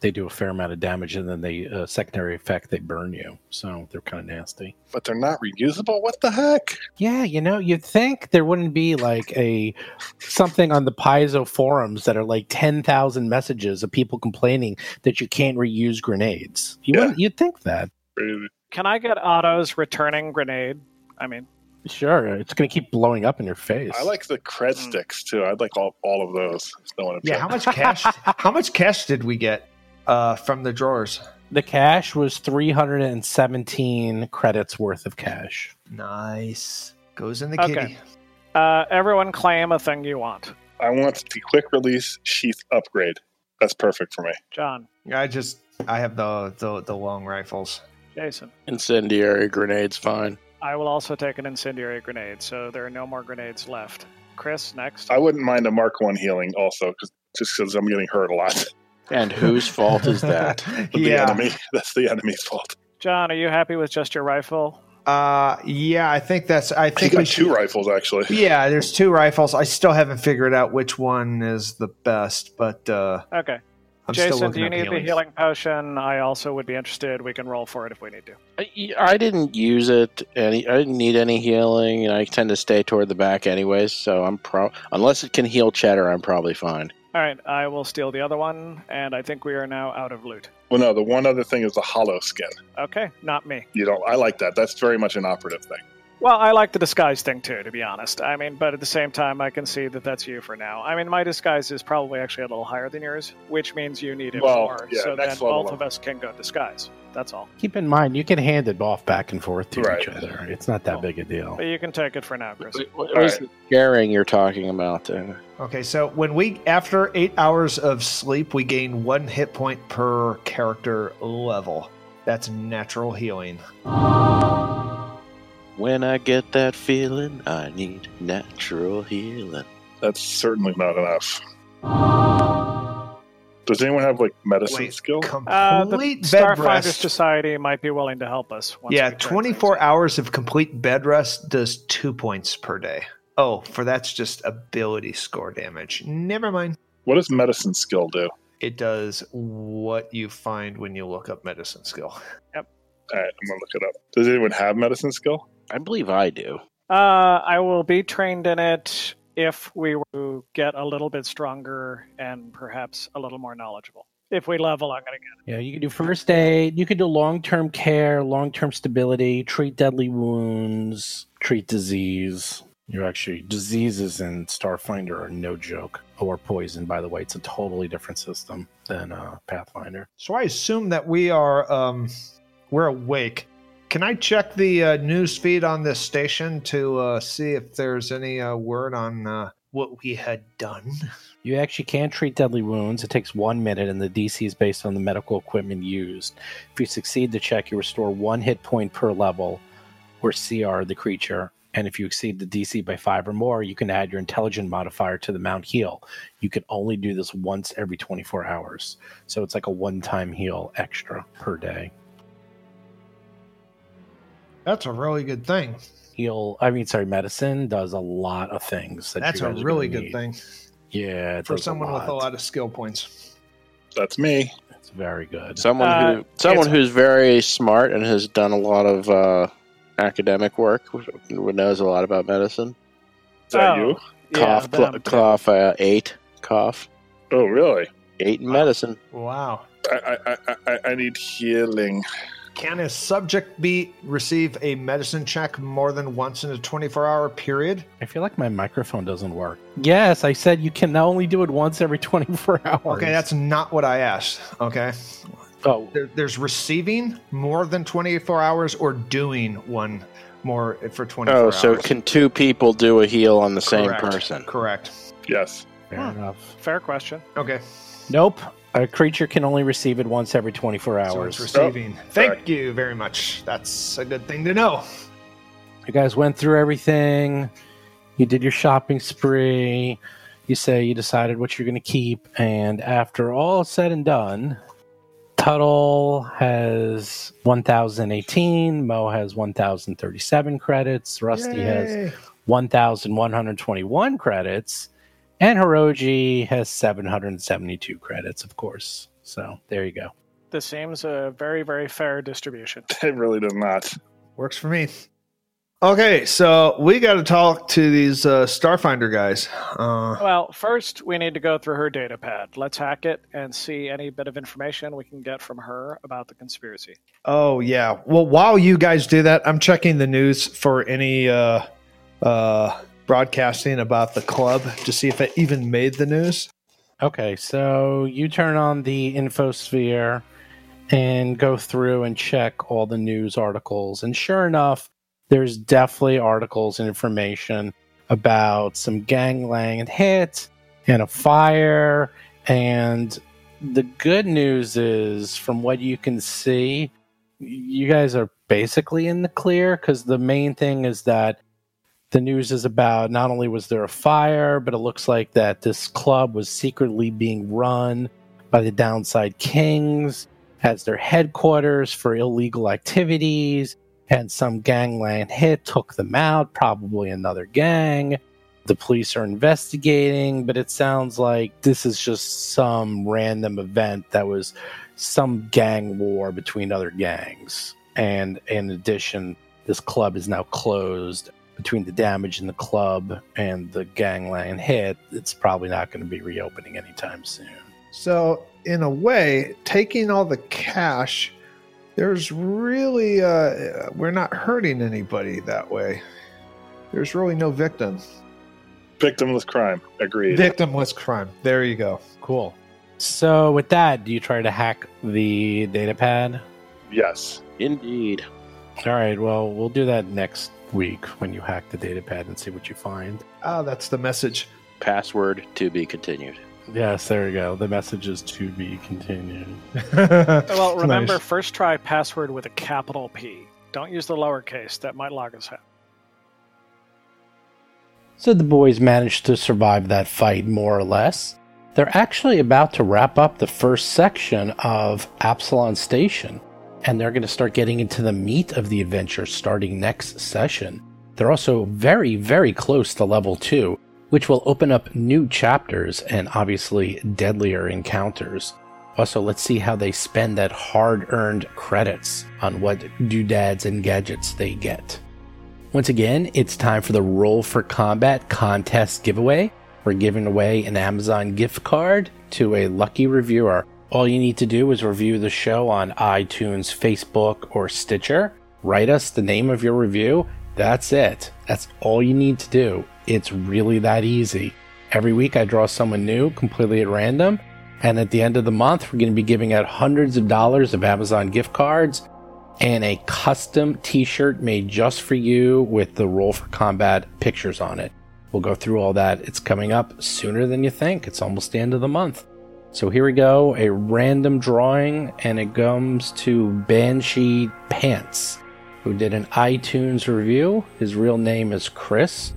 they do a fair amount of damage, and then they uh, secondary effect they burn you, so they're kind of nasty.
But they're not reusable. What the heck?
Yeah, you know, you'd think there wouldn't be like a something on the Paizo forums that are like ten thousand messages of people complaining that you can't reuse grenades. You
Yeah.
wouldn't, you'd think that.
Crazy.
Can I get Otto's returning grenade? I mean,
Sure, it's going to keep blowing up in your face.
I like the cred
Mm.
sticks too. I'd like all, all of those. If no one
(laughs) yeah, how much cash? how much cash did we get uh, from the drawers?
the cash was 317 credits worth of cash.
Nice. Goes in the
Okay.
kitty.
uh, everyone claim a thing you want.
I want the quick release sheath upgrade. That's perfect for me.
John,
I just I have the the, the long rifles.
Jason,
Incendiary grenades, fine.
I will also take an incendiary grenade, so there are no more grenades left. Chris, next.
Uh,
I wouldn't mind a Mark One healing also, cause, just because I'm getting hurt a lot. (laughs)
And whose fault
(laughs)
is that?
With
yeah.
The enemy. That's the enemy's fault.
John, are you happy with just your rifle?
Uh, yeah, I think that's. I
I
think we
got
should.
two rifles actually.
Yeah, there's two rifles. I still haven't figured out which one is the best, but uh,
Okay.
I'm still
Jason,
looking
do you
up
need the
healings.
healing potion? I also would be interested. We can roll for it if we need to.
I, I didn't use it. Any, I didn't need any healing, and I tend to stay toward the back anyways. So I'm pro. Unless it can heal cheddar, I'm probably fine.
All right, I will steal the other one, and I think we are now out of loot.
Well, no. The one other thing is the hollow skin.
Okay, not me.
You don't. I like that. That's very much an operative thing.
Well, I like the disguise thing too, to be honest. I mean, but at the same time, I can see that that's you for now. I mean, my disguise is probably actually a little higher than yours, which means you need it
Well,
more.
yeah,
so then
next level
both
up.
of us can go disguise. That's all.
Keep in mind, you can hand it off back and forth to
Right.
each other. It's not that
Cool.
big a deal.
But you can take it for now, Chris.
What was the sharing you're talking about? uh, Then?
Okay, so when we after eight hours of sleep, we gain one hit point per character level. That's natural healing.
When I get that feeling, I need natural healing.
That's certainly not enough. Does anyone have like medicine
Wait,
skill?
Uh, the
Complete bed
Starfinder
rest.
Society might be willing to help us. Once
yeah,
we check things
24
out.
hours of complete bed rest does two points per day. Oh, for that's just ability score damage. Never mind.
What does medicine skill do?
It does what you find when you look up medicine skill.
All right, I'm gonna look it up. Does anyone have medicine skill?
I believe I do.
Uh, I will be trained in it if we were to get a little bit stronger and perhaps a little more knowledgeable. If we level, I'm going to get
Yeah, you can do first aid. You can do long term care, long term stability, treat deadly wounds, treat disease. You're actually diseases in Starfinder are no joke. Or poison, by the way, it's a totally different system than uh, Pathfinder.
So I assume that we are um, we're awake. Can I check the uh, news feed on this station to uh, see if there's any uh, word on uh, what we had done?
You actually can treat deadly wounds. It takes one minute, and the DC is based on the medical equipment used. If you succeed the check, you restore one hit point per level, or CR the creature. And if you exceed the DC by five or more, you can add your intelligent modifier to the mount heal. You can only do this once every 24 hours. So it's like a one time heal extra per day.
That's a really good thing.
Heal, I mean, sorry, medicine does a lot of things. That
That's
you
a
guys are
really
gonna
good
need.
thing
Yeah. it
for
does
someone with a lot of skill points.
That's me.
It's very good.
Someone
Uh,
who someone
it's-
who's very smart and has done a lot of uh, academic work, who knows a lot about medicine.
Is that
Oh.
you?
it.
cough,
Yeah,
cl-
them.
cough, uh, eight, cough,
Oh, really?
eight in medicine.
Wow.
I I, I, I I need healing.
Can a subject be receive a medicine check more than once in a 24-hour period?
I feel like my microphone doesn't work. Yes, I said you can only do it once every 24 (laughs) hours.
Okay, that's not what I asked. Okay.
Oh,
There, there's receiving more than 24 hours or doing one more for 24
Oh,
hours.
so can two people do a heal on the same
Correct.
person?
Correct.
Yes. (laughs)
fair
Huh.
enough.
Fair question.
Okay.
Nope. A creature can only receive it once every 24
So it's
hours.
receiving.
Oh,
Thank you very much. That's a good thing to know.
you guys went through everything. You did your shopping spree. You say you decided what you're going to keep. And after all is said and done, Tuttle has 1,018. Mo has 1,037 credits. Rusty has 1,121 credits, and Hiroji has 772 credits, of course. So there you go.
This seems a very, very fair distribution.
It really does not.
Works for me. Okay, so we got to talk to these uh, Starfinder guys. Uh,
Well, first, we need to go through her data pad. Let's hack it and see any bit of information we can get from her about the conspiracy.
oh, yeah. Well, while you guys do that, I'm checking the news for any uh, uh, broadcasting about the club to see if it even made the news.
Okay, so you turn on the infosphere and go through and check all the news articles. And sure enough, there's definitely articles and information about some gangland hit and a fire. And the good news is, from what you can see, you guys are basically in the clear because the main thing is that the news is about not only was there a fire, but it looks like that this club was secretly being run by the Downside Kings as their headquarters for illegal activities, and some gangland hit took them out, probably another gang. The police are investigating, but it sounds like this is just some random event that was some gang war between other gangs. And in addition, this club is now closed between the damage in the club and the gangland hit, it's probably not going to be reopening anytime soon.
So, in a way, taking all the cash, there's really, uh, we're not hurting anybody that way. There's really no victim.
Victimless crime. Agreed.
Victimless crime. There you go.
Cool. So, with that, do you try to hack the data pad?
(laughs) yes.
Indeed.
All right, well, we'll do that next week when you hack the data pad and see what you find.
Ah, that's the message.
Password to be continued.
Yes, there we go. The message is to be continued.
(laughs)
Well, remember, first try password with a capital P. Don't use the lowercase. That might log us out.
So the boys managed to survive that fight more or less. They're actually about to wrap up the first section of Absalon Station, and they're going to start getting into the meat of the adventure starting next session. They're also very, very close to level 2, which will open up new chapters and obviously deadlier encounters. Also, let's see how they spend that hard earned credits on what doodads and gadgets they get. Once again, it's time for the Roll for Combat contest giveaway. We're giving away an Amazon gift card to a lucky reviewer. All you need to do is review the show on iTunes, Facebook, or Stitcher. Write us the name of your review. That's it. That's all you need to do. It's really that easy. Every week, I draw someone new completely at random. And at the end of the month, we're going to be giving out hundreds of dollars of Amazon gift cards and a custom t shirt made just for you with the Roll for Combat pictures on it. We'll go through all that. It's coming up sooner than you think. It's almost the end of the month. So here we go a random drawing, and it comes to Banshee Pants, who did an iTunes review. His real name is Chris.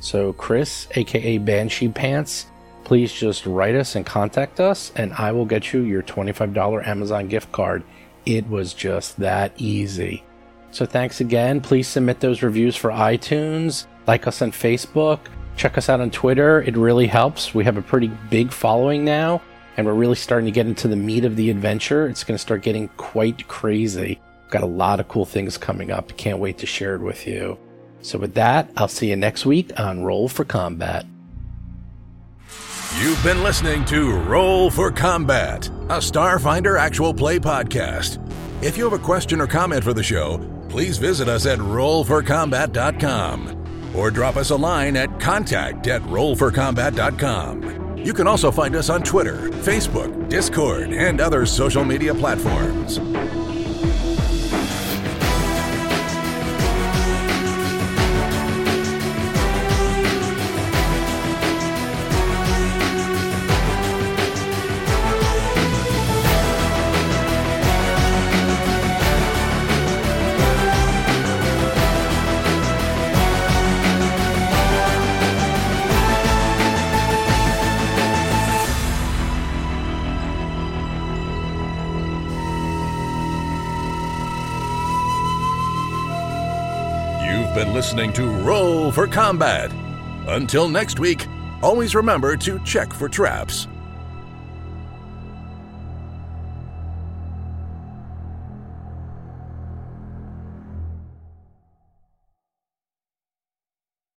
So, Chris, aka Banshee Pants, please just write us and contact us, and I will get you your $25 Amazon gift card. It was just that easy. So, thanks again. Please submit those reviews for iTunes, like us on Facebook, check us out on Twitter. It really helps. We have a pretty big following now, and we're really starting to get into the meat of the adventure. It's going to start getting quite crazy. Got a lot of cool things coming up. Can't wait to share it with you. So, with that, I'll see you next week on Roll for Combat.
You've been listening to Roll for Combat, a Starfinder actual play podcast. If you have a question or comment for the show, please visit us at rollforcombat.com or drop us a line at contact at rollforcombat.com. You can also find us on Twitter, Facebook, Discord, and other social media platforms. You've been listening to Roll for Combat. Until next week, always remember to check for traps.